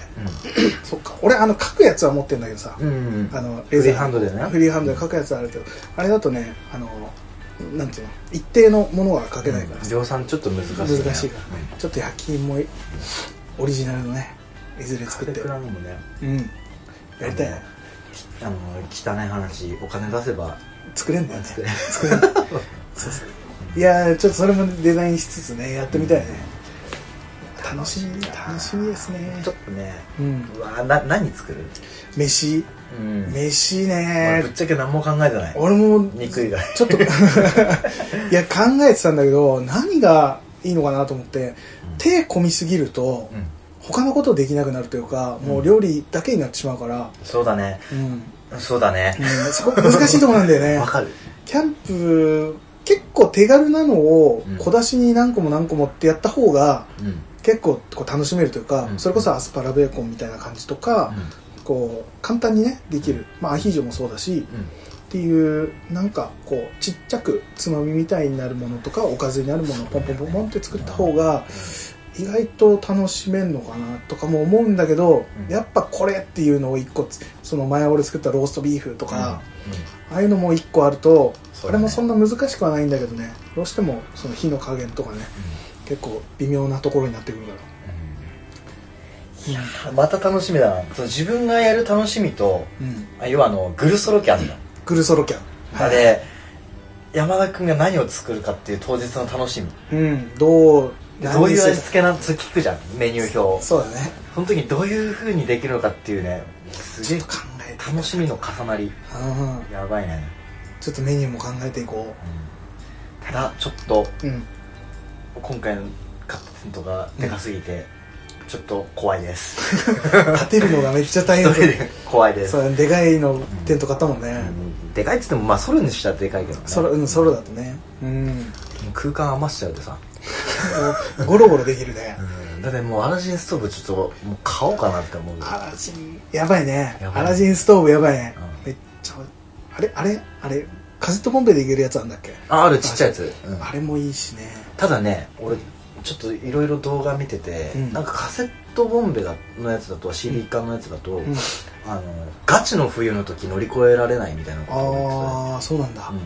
S1: そっか俺あの書くやつは持ってんだけどさ、
S2: うんうん
S1: あの
S2: フリーハンドでね
S1: フリーハンドで書くやつあるけどあれだとねあのなんていうの一定のものは書けないからさ、
S2: 量産ちょっと難しいね
S1: 難しいからね、ちょっと焼き芋オリジナルのねいずれ
S2: うんカ
S1: 作
S2: テ
S1: って
S2: クラのもね
S1: うんやりたいね
S2: あの汚い話お金出せば
S1: 作れんだ
S2: *laughs*
S1: よね
S2: 作れ
S1: 作れんそうそういやーちょっとそれもデザインしつつねやってみたいね、楽しみ楽しみですね
S2: ちょっとね
S1: うん
S2: うわな何作る
S1: 飯
S2: うん
S1: 飯
S2: 俺
S1: ね
S2: ぶっちゃけ何も考えてない
S1: 俺も
S2: 肉以外
S1: ちょっと *laughs* いや考えてたんだけど何がいいのかなと思って
S2: うん
S1: 手込みすぎると
S2: うん
S1: 他のことできなくなるというかもううん料理だけになってしまうから、
S2: そうだね
S1: うんうん
S2: そうだね
S1: そこ難しいところなんだよ
S2: わ *laughs*
S1: ね
S2: かる
S1: キャンプ結構手軽なのを
S2: うん
S1: 小出しに何個も何個もってやった方が
S2: うんうん
S1: 結構こう楽しめるというか、
S2: うん
S1: それこそアスパラベーコンみたいな感じとか、こう簡単にねできる、まあ、アヒージョもそうだし、
S2: うん
S1: っていうなんかこうちっちゃくつまみみたいになるものとかおかずになるものをポンポンポンポンって作った方が意外と楽しめんのかなとかも思うんだけど、
S2: うん
S1: やっぱこれっていうのを一個つその前俺作ったローストビーフとか、ああいうのも一個あると、
S2: そう
S1: あ
S2: だね
S1: れもそんな難しくはないんだけどねどうしてもその火の加減とかね結構微妙なところになってくるから
S2: いやーまた楽しみだなその自分がやる楽しみと
S1: うん
S2: あ要はあのグルソロキャンだ
S1: グルソロキャン
S2: あれ山田君が何を作るかっていう当日の楽しみ
S1: うんどう
S2: でどうい
S1: 何
S2: う
S1: に
S2: 味
S1: する
S2: 付けなんて聞くじゃんメニュー表
S1: そうだね
S2: その時にどういう風にできるのかっていうねすげえ
S1: 考えて
S2: 楽しみの重な
S1: う
S2: り
S1: ん
S2: やばいね、
S1: ちょっとメニューも考えていこ
S2: ただちょっと
S1: ううん
S2: 今回の買ったテントがでかすぎて、ちょっと怖いです
S1: *laughs* 立てるのがめっちゃ大
S2: 一
S1: 変
S2: 人で怖いです
S1: そうでかいのテント買ったもんね、
S2: うんでかいっつってもまあソロにしたらでかいけどね
S1: ソロうんソロだとねうん
S2: 空間余しちゃうでさ、
S1: ゴロゴロできるね
S2: だってもうアラジンストーブちょっともう買おうかなって思うよ
S1: アラジンやばいね
S2: やばい
S1: アラジンストーブやばいね、
S2: うん
S1: めっちゃあれあれあれカセットボンベでいけるやつあんだっけ、
S2: ああるちっちゃいやつ、うん
S1: あれもいいしね
S2: ただね俺ちょっといろいろ動画見てて、
S1: うん
S2: なんかカセットボンベだのやつだと CD 缶のやつだと、
S1: うん
S2: あのガチの冬の時乗り越えられないみたいなこと言って
S1: ああそうなんだ、
S2: たうん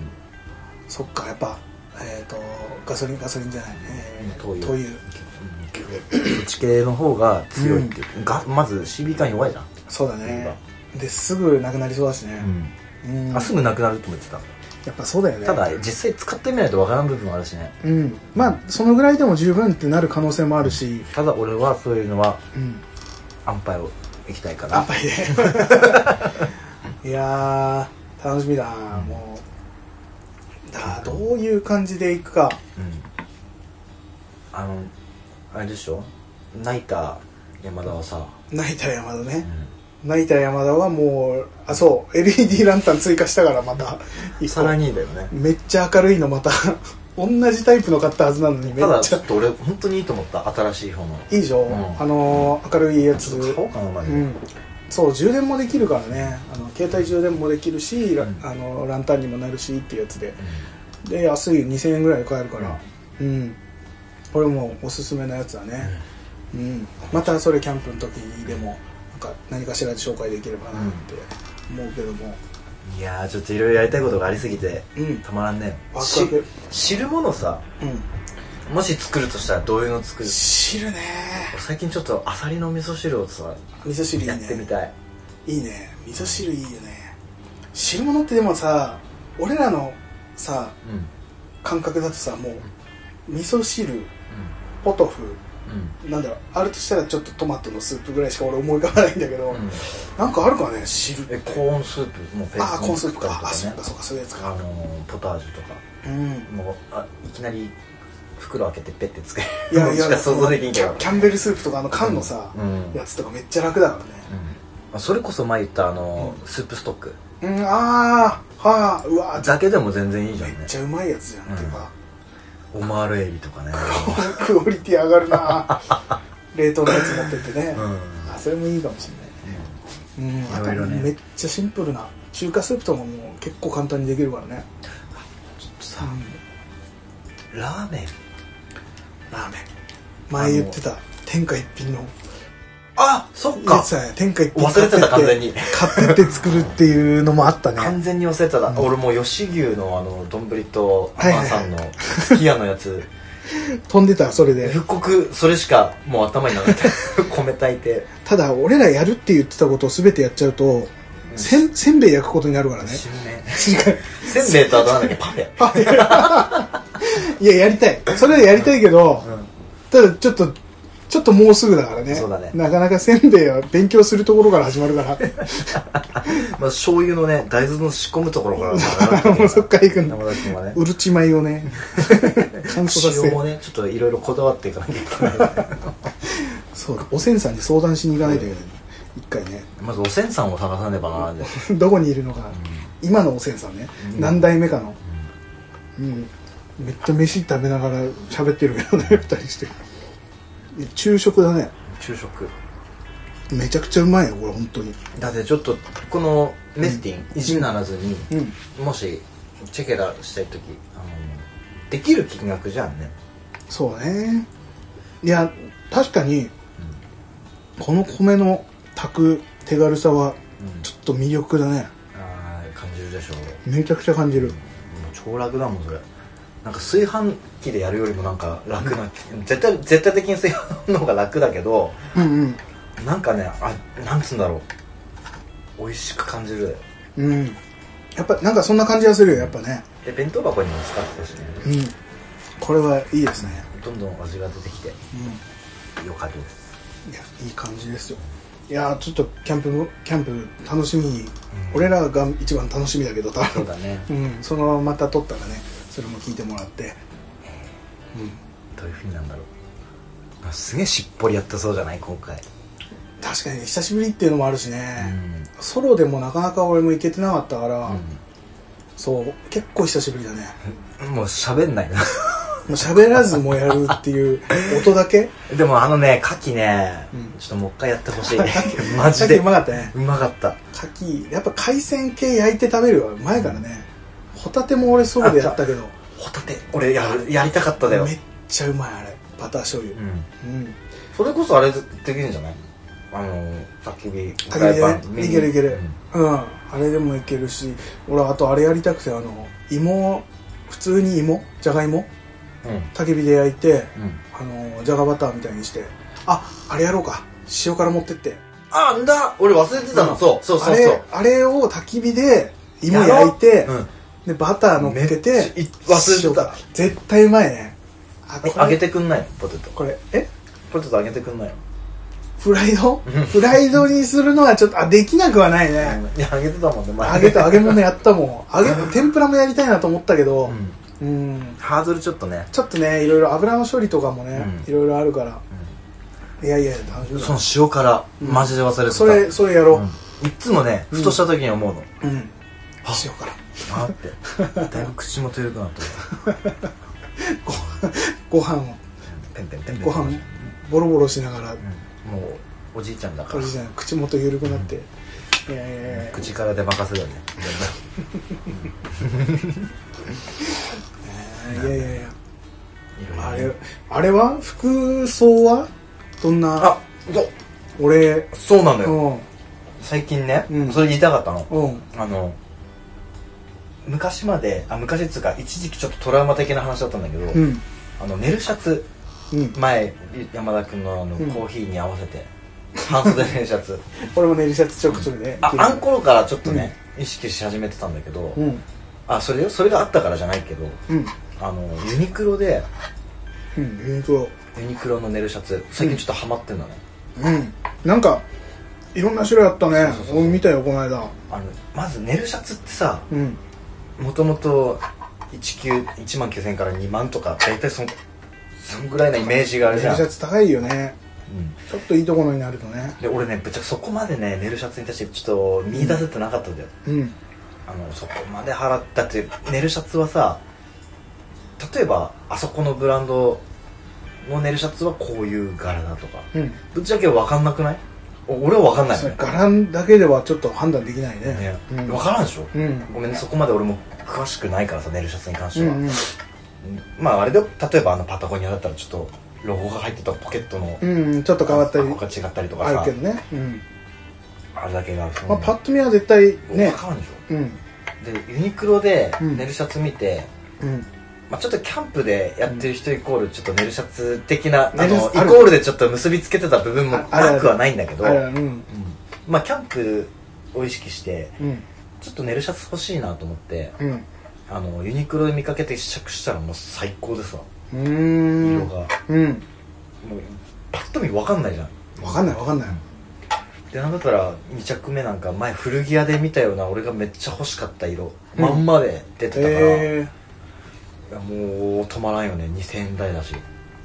S1: そっかやっぱえっ、とガソリンガソリンじゃない、え
S2: 灯油
S1: という
S2: そっち系の方が強いっていう、がまず CD 缶弱いじゃん、
S1: そうだねですぐなくなりそうだしね、うん
S2: あすぐなくなると思ってた
S1: やっぱそうだよね
S2: ただ実際使ってみないとわからん部分もあるしね
S1: うん、まあそのぐらいでも十分ってなる可能性もあるし、
S2: ただ俺はそういうのは
S1: うん、
S2: 安牌を行きたいから
S1: あっぱい
S2: *laughs*
S1: でいやー楽しみだなもうだどういう感じでいくか
S2: うんあのあれでしょ泣いた山田はさ、
S1: 泣いた山田ね泣いた山田はもうあそう LED ランタン追加したからまた一
S2: さ
S1: 個
S2: らにだよね
S1: めっちゃ明るいのまた *laughs* 同じタイプの買ったはずなのにめ
S2: ただ
S1: っち
S2: ちょ
S1: ゃ
S2: っと俺本当にいいと思った新しい方の
S1: いいでしょ、
S2: うん
S1: あのー明るいやつ
S2: ちょっと買おうかなマジ
S1: う
S2: で、
S1: ん、そう充電もできるからねあの携帯充電もできるし、ラ
S2: うん
S1: あのランタンにもなるしっていうやつでで安い2000円ぐらいで買えるからうん、これもおすすめのやつだね、うんまたそれキャンプの時にでもなんか何かしらで紹介できればなって思うけども
S2: うんいやーちょっといろいろやりたいことがありすぎて
S1: うん
S2: たまらんね
S1: ワク
S2: し
S1: ワク
S2: 知るものさ
S1: うん
S2: もし作るとしたらどういうの作る
S1: 汁ね
S2: 最近ちょっとアサリの味噌汁をさ
S1: 味噌汁いい
S2: やってみ
S1: ね
S2: たい
S1: いいね味噌汁いいよね汁物ってでもさ俺らのさ
S2: うん
S1: 感覚だとさもう味噌汁ポトフ
S2: う
S1: なんだろうあるとしたらちょっとトマトのスープぐらいしか俺思い浮かばないんだけど、
S2: うん
S1: なんかあるかね汁
S2: えコーンスープもペ
S1: ああコーンスープ
S2: 作った
S1: か
S2: りと
S1: あそ
S2: かね
S1: うかそうかそういうやつ
S2: あ
S1: か
S2: のポタージュとか
S1: うん
S2: もうあいきなり袋開けてペッて使え
S1: い
S2: る
S1: や
S2: の
S1: い
S2: *laughs* し
S1: や
S2: か想像できんけ
S1: キ
S2: ど
S1: ャキャンベルスープとかあの缶のさ、
S2: うん
S1: やつとかめっちゃ楽だからね
S2: うんそれこそ前言ったあのスープストック
S1: うんああはあうわー
S2: だけでも全然いいじゃ
S1: め
S2: んね
S1: っちゃうまいやつじゃん、っていうか
S2: オマールエビとか
S1: *laughs*
S2: ね
S1: クオリティ上がる
S2: *laughs*
S1: な冷凍のやつ持ってってね、
S2: うん
S1: あそれもいいかもしれないねうんあ
S2: い
S1: と
S2: ろいろね
S1: めっちゃシンプルな中華スープとかも結構簡単にできるからね、
S2: ちょっと
S1: う
S2: さ
S1: ん
S2: ラーメン
S1: ラーメン前言ってた天下一品の
S2: あそっ
S1: や
S2: か
S1: つは天下一品
S2: 忘れてた完全に
S1: 買ってって作るっていうのもあった
S2: *laughs* 完
S1: ね
S2: 全に忘れてた、俺もう吉牛のあの丼と
S1: はいはい
S2: 母さんのすき家のやつ
S1: 飛んでたそれで
S2: 復刻それしかもう頭になかっ
S1: *laughs*
S2: た米炊いて
S1: ただ俺らやるって言ってたことを全てやっちゃうとせんせんべい焼くことになるからね
S2: 新麺せんべいとあとなんだっけパフェ
S1: いややりたいそれはやりたいけど、ただちょっとちょっともうすぐだからね
S2: そうだね
S1: なかなかせんべいは勉強するところから始まる
S2: *laughs*
S1: から
S2: まあ醤油のね大豆の仕込むところか
S1: *laughs*
S2: ら
S1: もうそっから行くんだ
S2: 山田君はね
S1: うるち米を
S2: *laughs*
S1: ね乾燥させ
S2: 塩も
S1: て
S2: ねちょっといろいろこだわっていかなきゃい
S1: *laughs*
S2: けない
S1: そうだおせんさんに相談しに行かないといけない一回ね
S2: まずおせんさんを探さねばならんで
S1: どこにいるのか、今のおせんさんね、
S2: うん
S1: 何代目かの、うん、めっちゃ飯食べながら喋ってるけどね、二人して昼食だね
S2: 昼食
S1: めちゃくちゃうまいよこれ本当に
S2: だってちょっとこのメスティン、意地にならずに、
S1: うん
S2: もしチェケラしたい時あのできる金額じゃんね
S1: そうねいや確かにこの米の炊く手軽さは
S2: うん
S1: ちょっと魅力だね
S2: あー感じるでしょもう
S1: めちゃくちゃ感じる
S2: 超楽だもんそれなんか炊飯器でやるよりもなんか楽な絶対絶対的に炊飯の方が楽だけど
S1: うん
S2: なんかねあなんつうんだろう美味しく感じる
S1: うんうんやっぱなんかそんな感じはするよやっぱね
S2: で弁当箱にも使ってたしね
S1: うんこれはいいですね
S2: どんどん味が出てきて
S1: うん
S2: よかったです
S1: いやいい感じですよいやーちょっとキャンプのキャンプ楽しみに、俺らが一番楽しみだけど多
S2: そう
S1: 分
S2: だ
S1: *laughs*
S2: ね
S1: うんそのまままた撮ったらねそれも聞いてもらってうん
S2: どういうふうになんだろうあすげえしっぽりやったそうじゃない今回
S1: 確かに久しぶりっていうのもあるし
S2: う
S1: ね、
S2: ん
S1: ソロでもなかなか俺も行けてなかったから、
S2: う
S1: そう結構久しぶりだね
S2: んもう喋んない *laughs* な
S1: もう喋らずもやるっていう音だけ
S2: でもあのね牡蠣ね、
S1: うん
S2: ちょっともう一回やっ
S1: *laughs*
S2: てほしいマ
S1: さ
S2: ジで
S1: っきうまかったね
S2: うまかった
S1: 牡蠣やっぱ海鮮系焼いて食べるはうまいからね、ホタテも俺ソロでやったけど
S2: ホタテ俺やるやりたかっただよ
S1: めっちゃうまいあれバター醤油
S2: うん
S1: うん
S2: それこそあれできるんじゃないあの焚き火
S1: 焚き火で
S2: フライパン
S1: ねいけるいける
S2: うん
S1: うんあれでもいけるし俺あとあれやりたくてあの芋普通に芋じゃがいも
S2: うん
S1: 焚き火で焼いて
S2: うん
S1: あのじゃがバターみたいにしてああれやろうか塩辛持ってって
S2: あんだ俺忘れてたの、
S1: うん
S2: そうそうそうそう
S1: あれあれを焚き火で芋
S2: やろ
S1: 焼いて、
S2: うん
S1: でバター乗っけ
S2: めっちゃ
S1: て
S2: い忘れてた
S1: 塩辛絶対うまいねあこ
S2: あげてくんないのポテト
S1: これえ
S2: ポテトあげてくんないの
S1: フライド
S2: うん
S1: フライドにするのはちょっとあできなくはないね、
S2: いやあげてたもんね前
S1: 揚げた揚げ物やったも
S2: *laughs*
S1: ん揚げ天ぷらもやりたいなと思ったけど
S2: うん
S1: うん、
S2: ハードルちょっとね
S1: ちょっとねいろいろ油の処理とかもね、
S2: う
S1: い
S2: ん
S1: ろいろあるから、いやいや楽しみだ
S2: その塩辛
S1: うん
S2: マジで忘れてた
S1: それそれやろう、うん
S2: うんいっつもねふとした時に思うのあ
S1: 塩辛
S2: あって
S1: *laughs*
S2: だいぶ口元緩くなった
S1: ご飯を
S2: ペンペンペンペン
S1: ご飯ボロボロしながら、
S2: うんもうおじいちゃんだか
S1: こ
S2: ら
S1: れじゃない口元緩くなって、いやいやいや
S2: 口からで任せだよね
S1: いやいやいや
S2: いろ
S1: *laughs* あ
S2: いろ
S1: れあれは服装はどんな
S2: あそう
S1: 俺
S2: そうなの
S1: う
S2: よ
S1: ん
S2: 最近ね
S1: うん
S2: それ言いたかったの
S1: うん
S2: あの昔まであ昔っつうか一時期ちょっとトラウマ的な話だったんだけど
S1: うん
S2: あの寝るシャツ
S1: うん
S2: 前山田君のあの
S1: うん
S2: コーヒーに合わせて半袖のシャツ
S1: 俺もねリシャツちょくちょくね
S2: あ
S1: 着る
S2: あん頃からちょっとね、意識し始めてたんだけど、
S1: うん
S2: あそれよそれがあったからじゃないけど
S1: うん
S2: あのユニクロで
S1: うん本当
S2: ユニクロの寝るシャツ最近ちょっとハマってんだね、
S1: だうんなんかいろんな種類あったね
S2: そうそうそうそう
S1: 俺見たよこの間
S2: あのまず寝るシャツってさ
S1: うん
S2: もともと1万9000円から2万とか大体そんそんぐらいなイメージがある
S1: シ
S2: じゃん、
S1: ャツ高いよね
S2: うん
S1: ちょっといいところになるとね
S2: で俺ねぶっちゃけそこまでね寝るシャツに対してちょっと見出せてなかったんだよ、
S1: うん
S2: あのそこまで払ったって寝るシャツはさ例えばあそこのブランドの寝るシャツはこういう柄だとか
S1: うん
S2: ぶっちゃけ分かんなくないお俺は分かんない
S1: そ
S2: よ
S1: れ
S2: ね
S1: 柄だけではちょっと判断できないね
S2: ね、
S1: うん
S2: 分からんでしょ、
S1: うん
S2: ごめんねそこまで俺も詳しくないからさ寝るシャツに関し
S1: う
S2: ては、
S1: ん
S2: まああれで例えばあのパタゴニアだったらちょっとロゴが入ってたポケットの、
S1: うんうんちょっと変わったり
S2: あここが違ったりとか
S1: あ
S2: さ
S1: るけどねうん
S2: あれだけがある
S1: まあパッと見は絶対
S2: ね
S1: ね
S2: 分からんでし
S1: うん
S2: ょでユニクロで
S1: うん
S2: 寝るシャツ見て、
S1: うん
S2: まあ、ちょっとキャンプでやってる人イコールちょっと寝るシャツ的な、あ
S1: 寝る
S2: のイ
S1: シャ
S2: コ
S1: ツある
S2: ールでちょっと結びつけてた部分も
S1: ああるある
S2: なくはないんだけど
S1: あれはうん
S2: うんまあキャンプを意識して
S1: うん
S2: ちょっと寝るシャツ欲しいなと思って
S1: うん
S2: あのユニクロで見かけて試着したらもう最高ですわ
S1: う
S2: 色
S1: ーん
S2: が、もう
S1: うん
S2: パッと見分かんないじゃん
S1: わかんないわかんない
S2: でなんだったら2着目なんか前古着屋で見たような俺がめっちゃ欲しかった色、まんまで出てたから、
S1: え
S2: いやもう止まらんよね2000円台だし、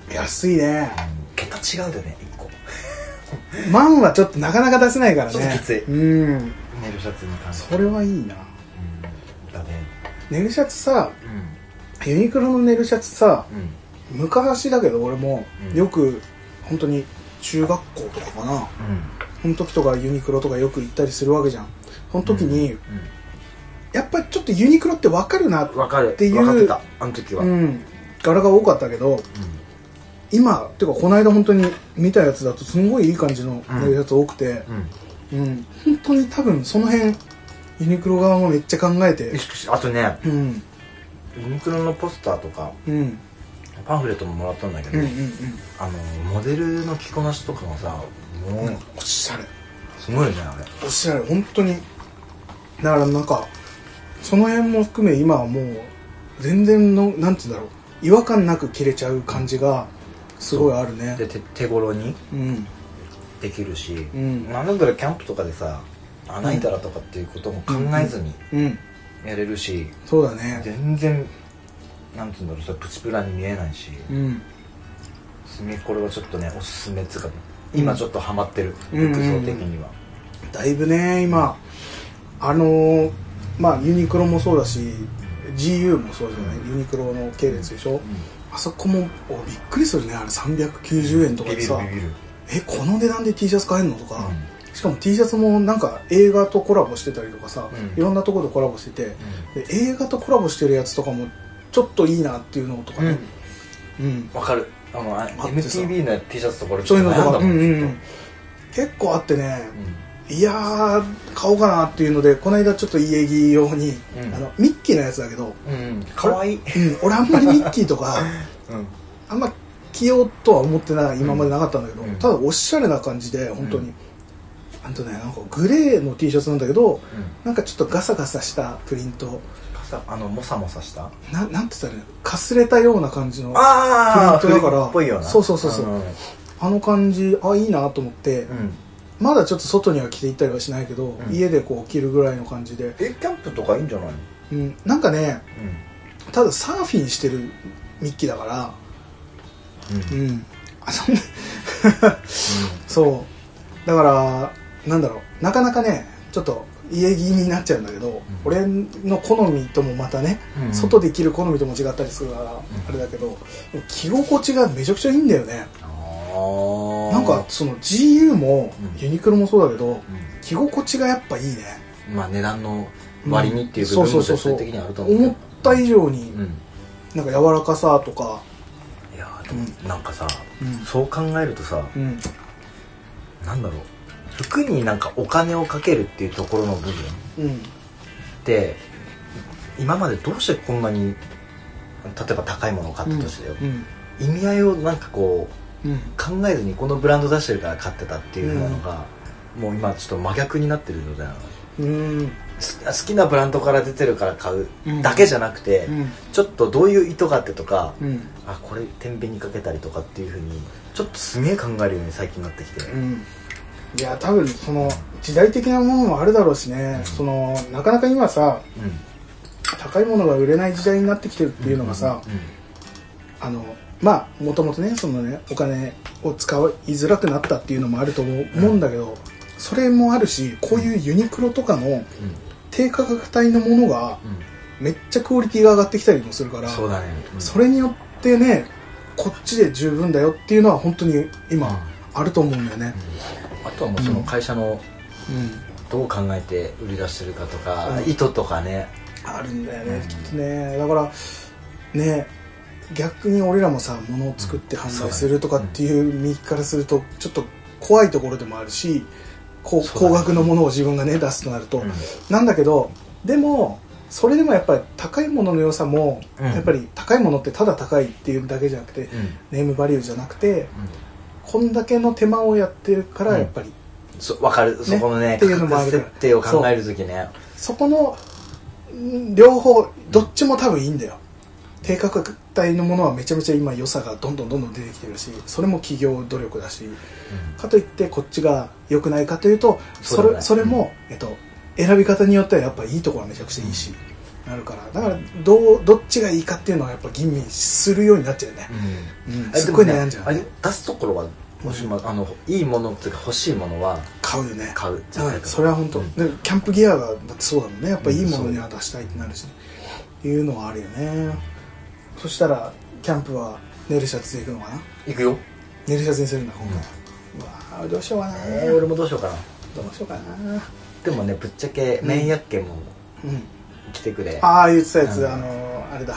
S1: ー安いね
S2: 桁違うでね1個
S1: 万はちょっとなかなか出せないからね
S2: ちょっときつい
S1: うん
S2: 寝るシャツに関して
S1: それはいいな
S2: うんだね
S1: 寝るシャツさ
S2: う
S1: ユニクロの寝るシャツさ
S2: んうん
S1: 昔だけど俺も
S2: うん
S1: よく本当に中学校とかかなその時とかユニクロとかよく行ったりするわけじゃんその時に、やっぱりちょっとユニクロってわかるな
S2: うんわかる
S1: っていう
S2: わかってたあの時は
S1: う
S2: うん
S1: ん柄が多かったけど今てかこの間本当に見たやつだとすんごいいい感じの
S2: うん
S1: 寝るシャツ多くて
S2: うん
S1: うん、本当に多分その辺ユニクロ側もめっちゃ考えて
S2: 意識しあとね
S1: うん
S2: ユニクロのポスターとか
S1: うんうん
S2: パンフレットももらったんだけ
S1: う
S2: ど、
S1: んうん
S2: あのモデルの着こなしとかもさもう
S1: おしゃれ
S2: すごいよねあれ
S1: おしゃれ本当にだからなんかその辺も含め今はもう全然のなんて言うんだろう違和感なく着れちゃう感じがすごいあるね
S2: で手手頃に
S1: うん
S2: できるし、
S1: ん
S2: なんだったらキャンプとかでさ穴開いたらとかっていうことも考えずに
S1: うん
S2: やれるし、
S1: そうだね
S2: 全然なんつうんだろうそれプチプラに見えないし、
S1: うん
S2: すげえこれはちょっとねおすすめっつうか今ちょっとハマってる
S1: うんうん
S2: 服装的には
S1: だいぶね今あのーまあユニクロもそうだし GU もそうじゃないユニクロの系列でしょあそこもおびっくりするねあれ390円とか
S2: ビ
S1: で
S2: ビ
S1: さ
S2: るビビる
S1: えこの値段で T シャツ買えるのと
S2: う
S1: か、しかも T シャツもなんか映画とコラボしてたりとかさ、
S2: うん
S1: いろんなところでコラボしててで映画とコラボしてるやつとかもちょっといいなっていうのとか
S2: ん
S1: ねうん、
S2: わかるあのあ
S1: あってさ
S2: MTV の T シャツとか俺
S1: そういうのと
S2: 悩ん
S1: か、
S2: だ
S1: う
S2: も
S1: ん
S2: ん
S1: うん
S2: ず
S1: う
S2: っ
S1: ん結構あってね
S2: とうん
S1: いやー買おうかなっていうのでこの間ちょっと家着用に、
S2: うん
S1: あのミッキーのやつだけど、
S2: うんかわいい
S1: うん、俺あんまりミッキーと
S2: *laughs*
S1: か
S2: うん
S1: あんま着ようとは思ってない今までなかったんだけど、
S2: うん
S1: ただおしゃれな感じで本当に、
S2: うん
S1: あんとねなんかグレーの T シャツなんだけどなんかちょっとガサガサしたプリント
S2: 傘あのモサモサしたあ
S1: ななんて言ったらいいのかすれたような感じのあ
S2: あ
S1: プリントだから
S2: っぽいよな
S1: そうそうそうそう
S2: うんうん
S1: の感じあいいなと思って、まだちょっと外には着ていったりはしないけど、
S2: うん
S1: 家でこう着るぐらいの感じで、
S2: えキャンプとかいいんじゃないの
S1: うん、なんかね
S2: う
S1: ただサーフィンしてるミッキーだから
S2: んうん
S1: うんあそんなそうだからなんだろうなかなかねちょっと家着になっちゃうんだけど、俺の好みともまたね、
S2: うん
S1: 外で着る好みとも違ったりするから、あれだけどでも着心地がめちゃくちゃいいんだよね
S2: あー
S1: なんかその GU も
S2: うん
S1: ユニクロもそうだけど、
S2: う
S1: 着心地がやっぱいいね
S2: んまあ値段の割にっていう部
S1: そ
S2: 分
S1: そ
S2: も
S1: そ
S2: 絶
S1: そう
S2: 対的にあると思うけど
S1: 思った以上に
S2: うん
S1: なんか柔らかさとか
S2: いやーでもなんかさ、
S1: うん
S2: そう考えるとさ、
S1: うん
S2: なんだろう服になんかお金をかけるっていうところの部分っ
S1: うん
S2: て今までどうしてこんなに例えば高いものを買ったとしてよ、
S1: うん
S2: 意味合いをなんかこう
S1: うん
S2: 考えずにこのブランド出してるから買ってたっていうのが、もう今ちょっと真逆になってる状態なの
S1: うん
S2: す好きなブランドから出てるから買うだけじゃなくて、
S1: うん
S2: ちょっとどういう意図があってとか、
S1: うん
S2: あこれ天秤にかけたりとかっていうふうにちょっとすげえ考えるように最近なってきて、
S1: うんいや多分その時代的なものもあるだろうしねそのなかなか今さ
S2: うん
S1: 高いものが売れない時代になってきてるっていうのがさ、
S2: うん
S1: あのまあもともとねそのねお金を使いづらくなったっていうのもあると思う思うんだけど、それもあるしこういうユニクロとかの
S2: うん
S1: 低価格帯のものが
S2: うん
S1: めっちゃクオリティが上がってきたりもするから
S2: そうだね、うん
S1: それによってねこっちで十分だよっていうのは本当に
S2: うん
S1: 今あると思うんだよね、
S2: あとはもうその会社の
S1: うん、
S2: どう考えて売り出してるかとか、
S1: うん
S2: 意図とかね
S1: あるんだよね、
S2: うん
S1: きっとねだからね逆に俺らもさ物を作って販売するとかっていう右からするとちょっと怖いところでもあるしこう
S2: そうだ
S1: 高
S2: ね
S1: 額のものを自分がね出すとなると、
S2: うん
S1: なんだけどでもそれでもやっぱり高いものの良さも、
S2: うん
S1: やっぱり高いものってただ高いっていうだけじゃなくてネームバリューじゃなくてこんだけの手間をやってるから
S2: うん
S1: やっぱり、
S2: そ分かるそこのね
S1: っていうのもあるから
S2: 設定を考える時ね
S1: そこのん両方どっちも多分いいんだよ低価格帯のものはめちゃめちゃ今良さがどんどんどんどん出てきてるしそれも企業努力だしかといってこっちが良くないかというとそ
S2: そうだ
S1: れ
S2: ね
S1: それも、えっと、選び方によってはやっぱいいところはめちゃくちゃいいし、なるからだからどうどっちがいいかっていうのはやっぱ吟味するようになっちゃうよね
S2: う、ん
S1: うん、
S2: あ
S1: すっごい
S2: でも
S1: 悩
S2: ね
S1: んじゃう、
S2: あれ出すところはもしもあのいいものっていうか欲しいものは
S1: 買うよね
S2: 買うじゃない
S1: うん、
S2: か
S1: それは本当、
S2: うん
S1: でキャンプギアがだってそうだもんねやっぱいいものには出したいってなるし、っていうのはあるよねそしたらキャンプはネルシャツで行くのかない
S2: くよ
S1: ネルシャツにするんだ今回、うわあどうしようかな、
S2: えー俺もどうしようかな
S1: どうしようかな
S2: でもねぶっちゃけ
S1: うん
S2: 麺薬券も
S1: うん
S2: 来てくれ
S1: ああ言ってたやつ、
S2: うん
S1: あのーあれだ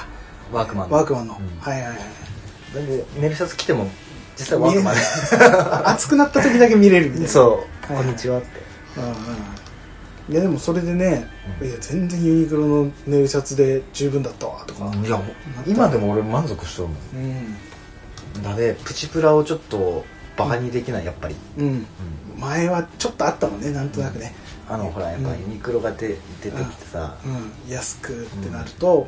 S2: ワークマンの
S1: ワークマンの、
S2: うん
S1: はいはいはい
S2: なんで寝るシャツ着ても実際ワークマン
S1: 見暑くなった時だけ見れるみたい
S2: で
S1: な
S2: *laughs* そう
S1: はい
S2: こんにちはって
S1: うんうんいやでもそれでね、いや全然ユニクロのネルシャツで十分だったわとか、
S2: いやもう今でも俺満足しとるもん
S1: うん
S2: だでプチプラをちょっとバカにできないやっぱり、
S1: うん前はちょっとあったもんねなんとなくね、
S2: あのほらやっぱユニクロが出出てきてさ、
S1: うん、安くってなると、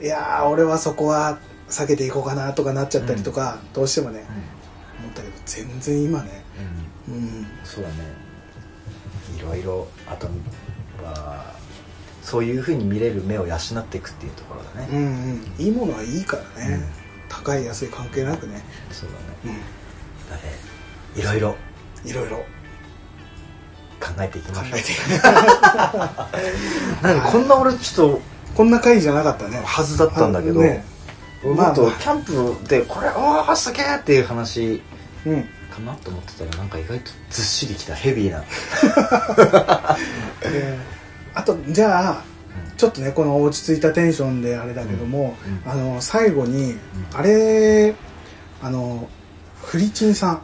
S1: いやー俺はそこは避けていこうかなとかなっちゃったりとか、どうしてもね思ったけど全然今ね
S2: うん
S1: うん
S2: そうだねいろいろあとはそういうふうに見れる目を養っていくっていうところだね、
S1: うんうんいいものはいいからね、
S2: うん
S1: 高い安い関係なくね、
S2: そうだね
S1: う
S2: だねいろいろ
S1: ん、いろいろ
S2: 考えていき
S1: 考
S2: ましょ
S1: えて
S2: うなんかこんな俺ちょっ
S1: こんな回じゃなかったね
S2: とはずだったんだけど、
S1: ね
S2: も
S1: まあ
S2: っとキャンプでこれああすげえっていう話
S1: うん
S2: かなと思ってたらなんか意外とずっしりきたヘビーな
S1: であとじゃあちょっとねこの落ち着いたテンションであれだけども、
S2: うん
S1: あの最後に、
S2: ん
S1: あれあのフリチンさん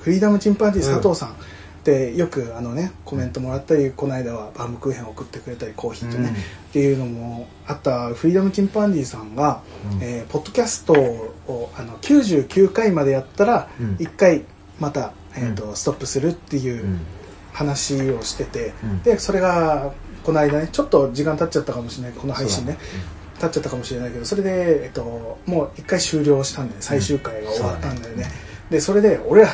S1: フリーダムチンパンジー佐藤さん、でよくあのねコメントもらったりこの間はバームクーヘン送ってくれたりコーヒーとね、
S2: うん
S1: っていうのもあったフリーダムチンパンジーさんが、
S2: うん
S1: えーポッドキャストをあの99回までやったら
S2: うん
S1: 1回また、えーと
S2: う
S1: ストップするっていうう、
S2: ん
S1: 話をしてて、
S2: うん
S1: でそれがこの間ねちょっと時間経っちゃったかもしれないこの配信ね
S2: そうだね
S1: 経っちゃったかもしれないけどそれで、えっと、もう一回終了したんで最終回が終わったんだよね,、
S2: そうだね
S1: でそれで俺ら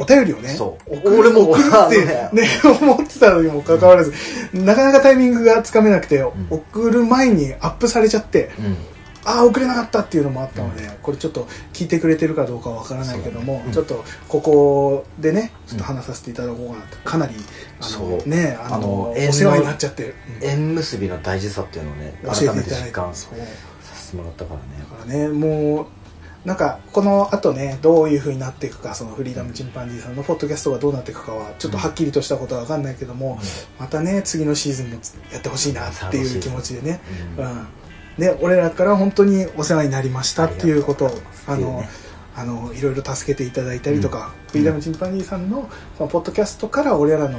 S1: お便りをね
S2: そ
S1: 送
S2: う
S1: る
S2: 俺も
S1: 送るって、ね
S2: あの
S1: 思ってたのにもかかわらず、なかなかタイミングがつかめなくて、
S2: ん
S1: 送る前にアップされちゃって、
S2: うん
S1: ああ送れなかったっていうのもあったので、これちょっと聞いてくれてるかどうかわからないけども、
S2: うん
S1: ちょっとここでねちょっと話させていただこうかなとかなりあの
S2: そう
S1: ねあの
S2: あの
S1: お世話になっちゃって、うん
S2: 縁結びの大事さっていうのをね
S1: 教えてい
S2: 改めて
S1: ただ
S2: 実
S1: いた
S2: 感さ
S1: そうだ
S2: せてもらったから
S1: か
S2: ね
S1: らねもうなんかこの後ねどういう風になっていくかそのフリーダムチンパンジーさんのポッドキャストがどうなっていくかはちょっとはっきりとしたことはわかんないけども、またね次のシーズンもやってほしいなっていう気持ちでね、
S2: う
S1: うんん、で俺らから本当にお世話になりましたっていうことをあ
S2: ありがとう
S1: の
S2: っていうね
S1: あのいろいろ助けていただいたりとか、
S2: うん
S1: フリーダムチンパンジーさんのそのポッドキャストから俺らの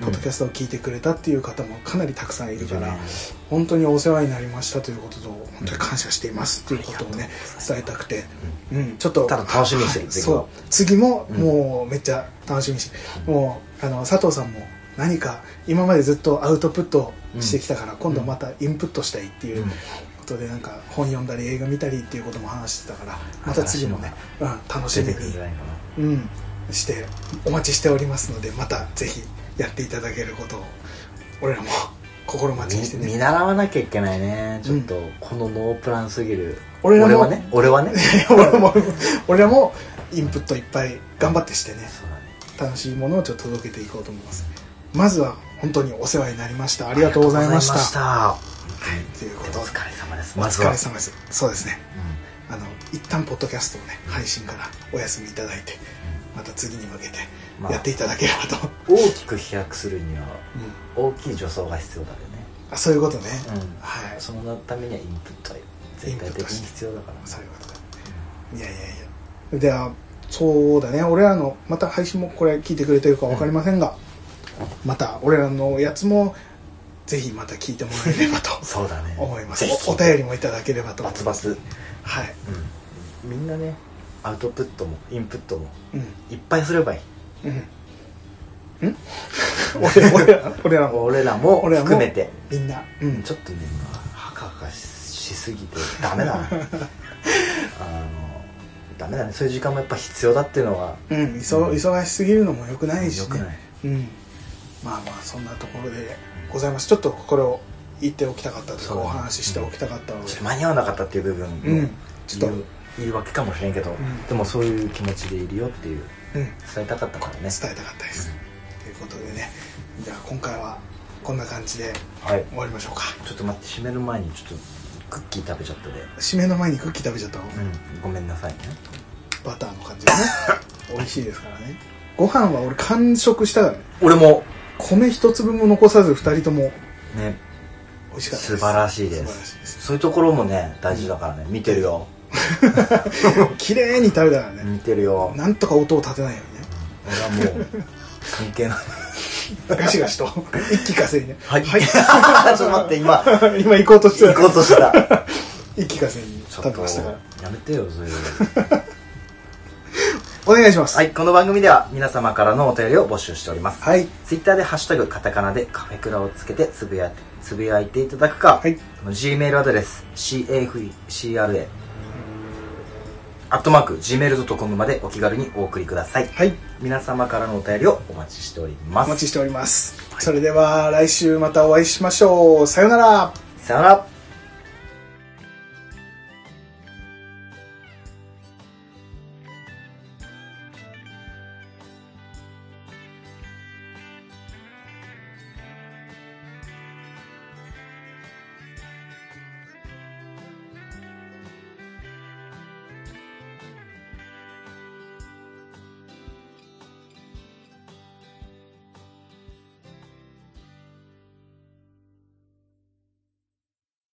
S1: ポッドキャストを聞いてくれたっていう方もかなりたくさんいるから、
S2: うん
S1: 本当にお世話になりましたということと本当に感謝していますっていうことをね伝えたくて、うん、ちょっと
S2: ただ楽しみにしてる
S1: はい
S2: 次は
S1: そう次も
S2: うん
S1: もうめっちゃ楽しみにして、もうあの佐藤さんも何か今までずっとアウトプットしてきたから、今度またインプットしたいっていうことでなんか本読んだり映画見たりっていうことも話してたからまた次もね、うん、楽し
S2: 出
S1: みに
S2: てくるんじゃないかな
S1: うん、してお待ちしておりますのでまたぜひやっていただけることを俺らも *laughs* 心待ちにして
S2: み見
S1: ね
S2: 習わなきゃいけないねちょっと、このノープランすぎる
S1: 俺らも
S2: はね俺はね
S1: *laughs* 俺も俺らもインプットいっぱい頑張ってしてね
S2: そうだね
S1: 楽しいものをちょっと届けていこうと思いますまずは本当にお世話になりま *laughs* したありがとうございました
S2: あ
S1: というこ
S2: り
S1: と
S2: がとうござい
S1: で
S2: ましたお疲れ様です
S1: お
S2: まず
S1: 疲
S2: は
S1: れ様ですそうですね
S2: う
S1: あの一旦ポッドキャストをね配信からお休みいただいてまた次に向けて
S2: まあ
S1: やっていただければと、
S2: ん大きく飛躍するには
S1: うん、
S2: 大きい助走が必要だよね
S1: あそういうことね、
S2: うん
S1: はい
S2: そのためにはインプットは絶対的に必要だから
S1: そういうことだいやいやいやではそうだね俺らのまた配信もこれ聞いてくれてるか分かりませんが、また俺らのやつもぜひまた聞いてもらえればと
S2: そうだね
S1: 思います
S2: ぜひ
S1: おお便りもいただければと
S2: バツバツ
S1: はい、
S2: うんみんなねアウトプットもインプットも
S1: うん
S2: いっぱいすればいい
S1: うん
S2: *laughs*
S1: ん俺俺ら俺らも
S2: 俺らも
S1: 俺らも
S2: 含めて
S1: みんなうん
S2: ちょっとね今ハカハカしすぎてダメ
S1: *laughs*
S2: だなあのダメだねそういう時間もやっぱ必要だっていうのは
S1: うん忙忙しすぎるのもよくないしね
S2: よくない
S1: うんまあまあそんなところでございますちょっとこれを言っておきたかったという
S2: そ
S1: かお
S2: うだね
S1: 話ししておきたかったので
S2: ちょっと間に合わなかったっていう部分も
S1: うんちょっと
S2: 言う言い訳かもしれんけど、
S1: ん
S2: でもそういう気持ちでいるよっていう
S1: うん
S2: 伝えたかったからね
S1: 伝えたかったです、ということでねじゃあ今回はこんな感じで
S2: はい
S1: 終わりましょうか
S2: ちょっと待って閉める前にちょっとクッキー食べちゃったで、
S1: 締めの前にクッキー食べちゃったの、
S2: うん、ごめんなさいね
S1: バターの感じが
S2: *laughs*
S1: ね美味しいですからねご飯は俺完食したからね
S2: 俺も
S1: 米一粒も残さず二人とも
S2: ね
S1: 美味しかったで
S2: 素
S1: す
S2: 晴らしいで
S1: 素晴らしいです
S2: すそういうところもね大事だからね見てるよ
S1: 綺麗に食べたからね、
S2: 見てるよ
S1: なんとか音を立てないようにね
S2: 俺はもう関係ない
S1: ガシガシと一気稼いね
S2: はい
S1: はい
S2: *laughs* ちょっと待って今
S1: *laughs* 今行こうとして
S2: 行こ
S1: た
S2: うとした
S1: 一気稼いに
S2: ちょ
S1: 食
S2: っ
S1: べ
S2: と
S1: ましたから
S2: やめてよそういう
S1: お願いします
S2: はいこの番組では皆様からのお便りを募集しております
S1: はい
S2: ツイッターで「ハッシュタグカタカナ」でカフェクラをつけてつぶやいてつぶやいていただくか、
S1: はい
S2: あの Gmail アドレス CAFCRA アットマーク Gmail.com までお気軽にお送りください
S1: はい
S2: 皆様からのお便りをお待ちしておりま
S1: お
S2: す
S1: 待ちしております、それでは来週またお会いしましょうさようなら
S2: さよなら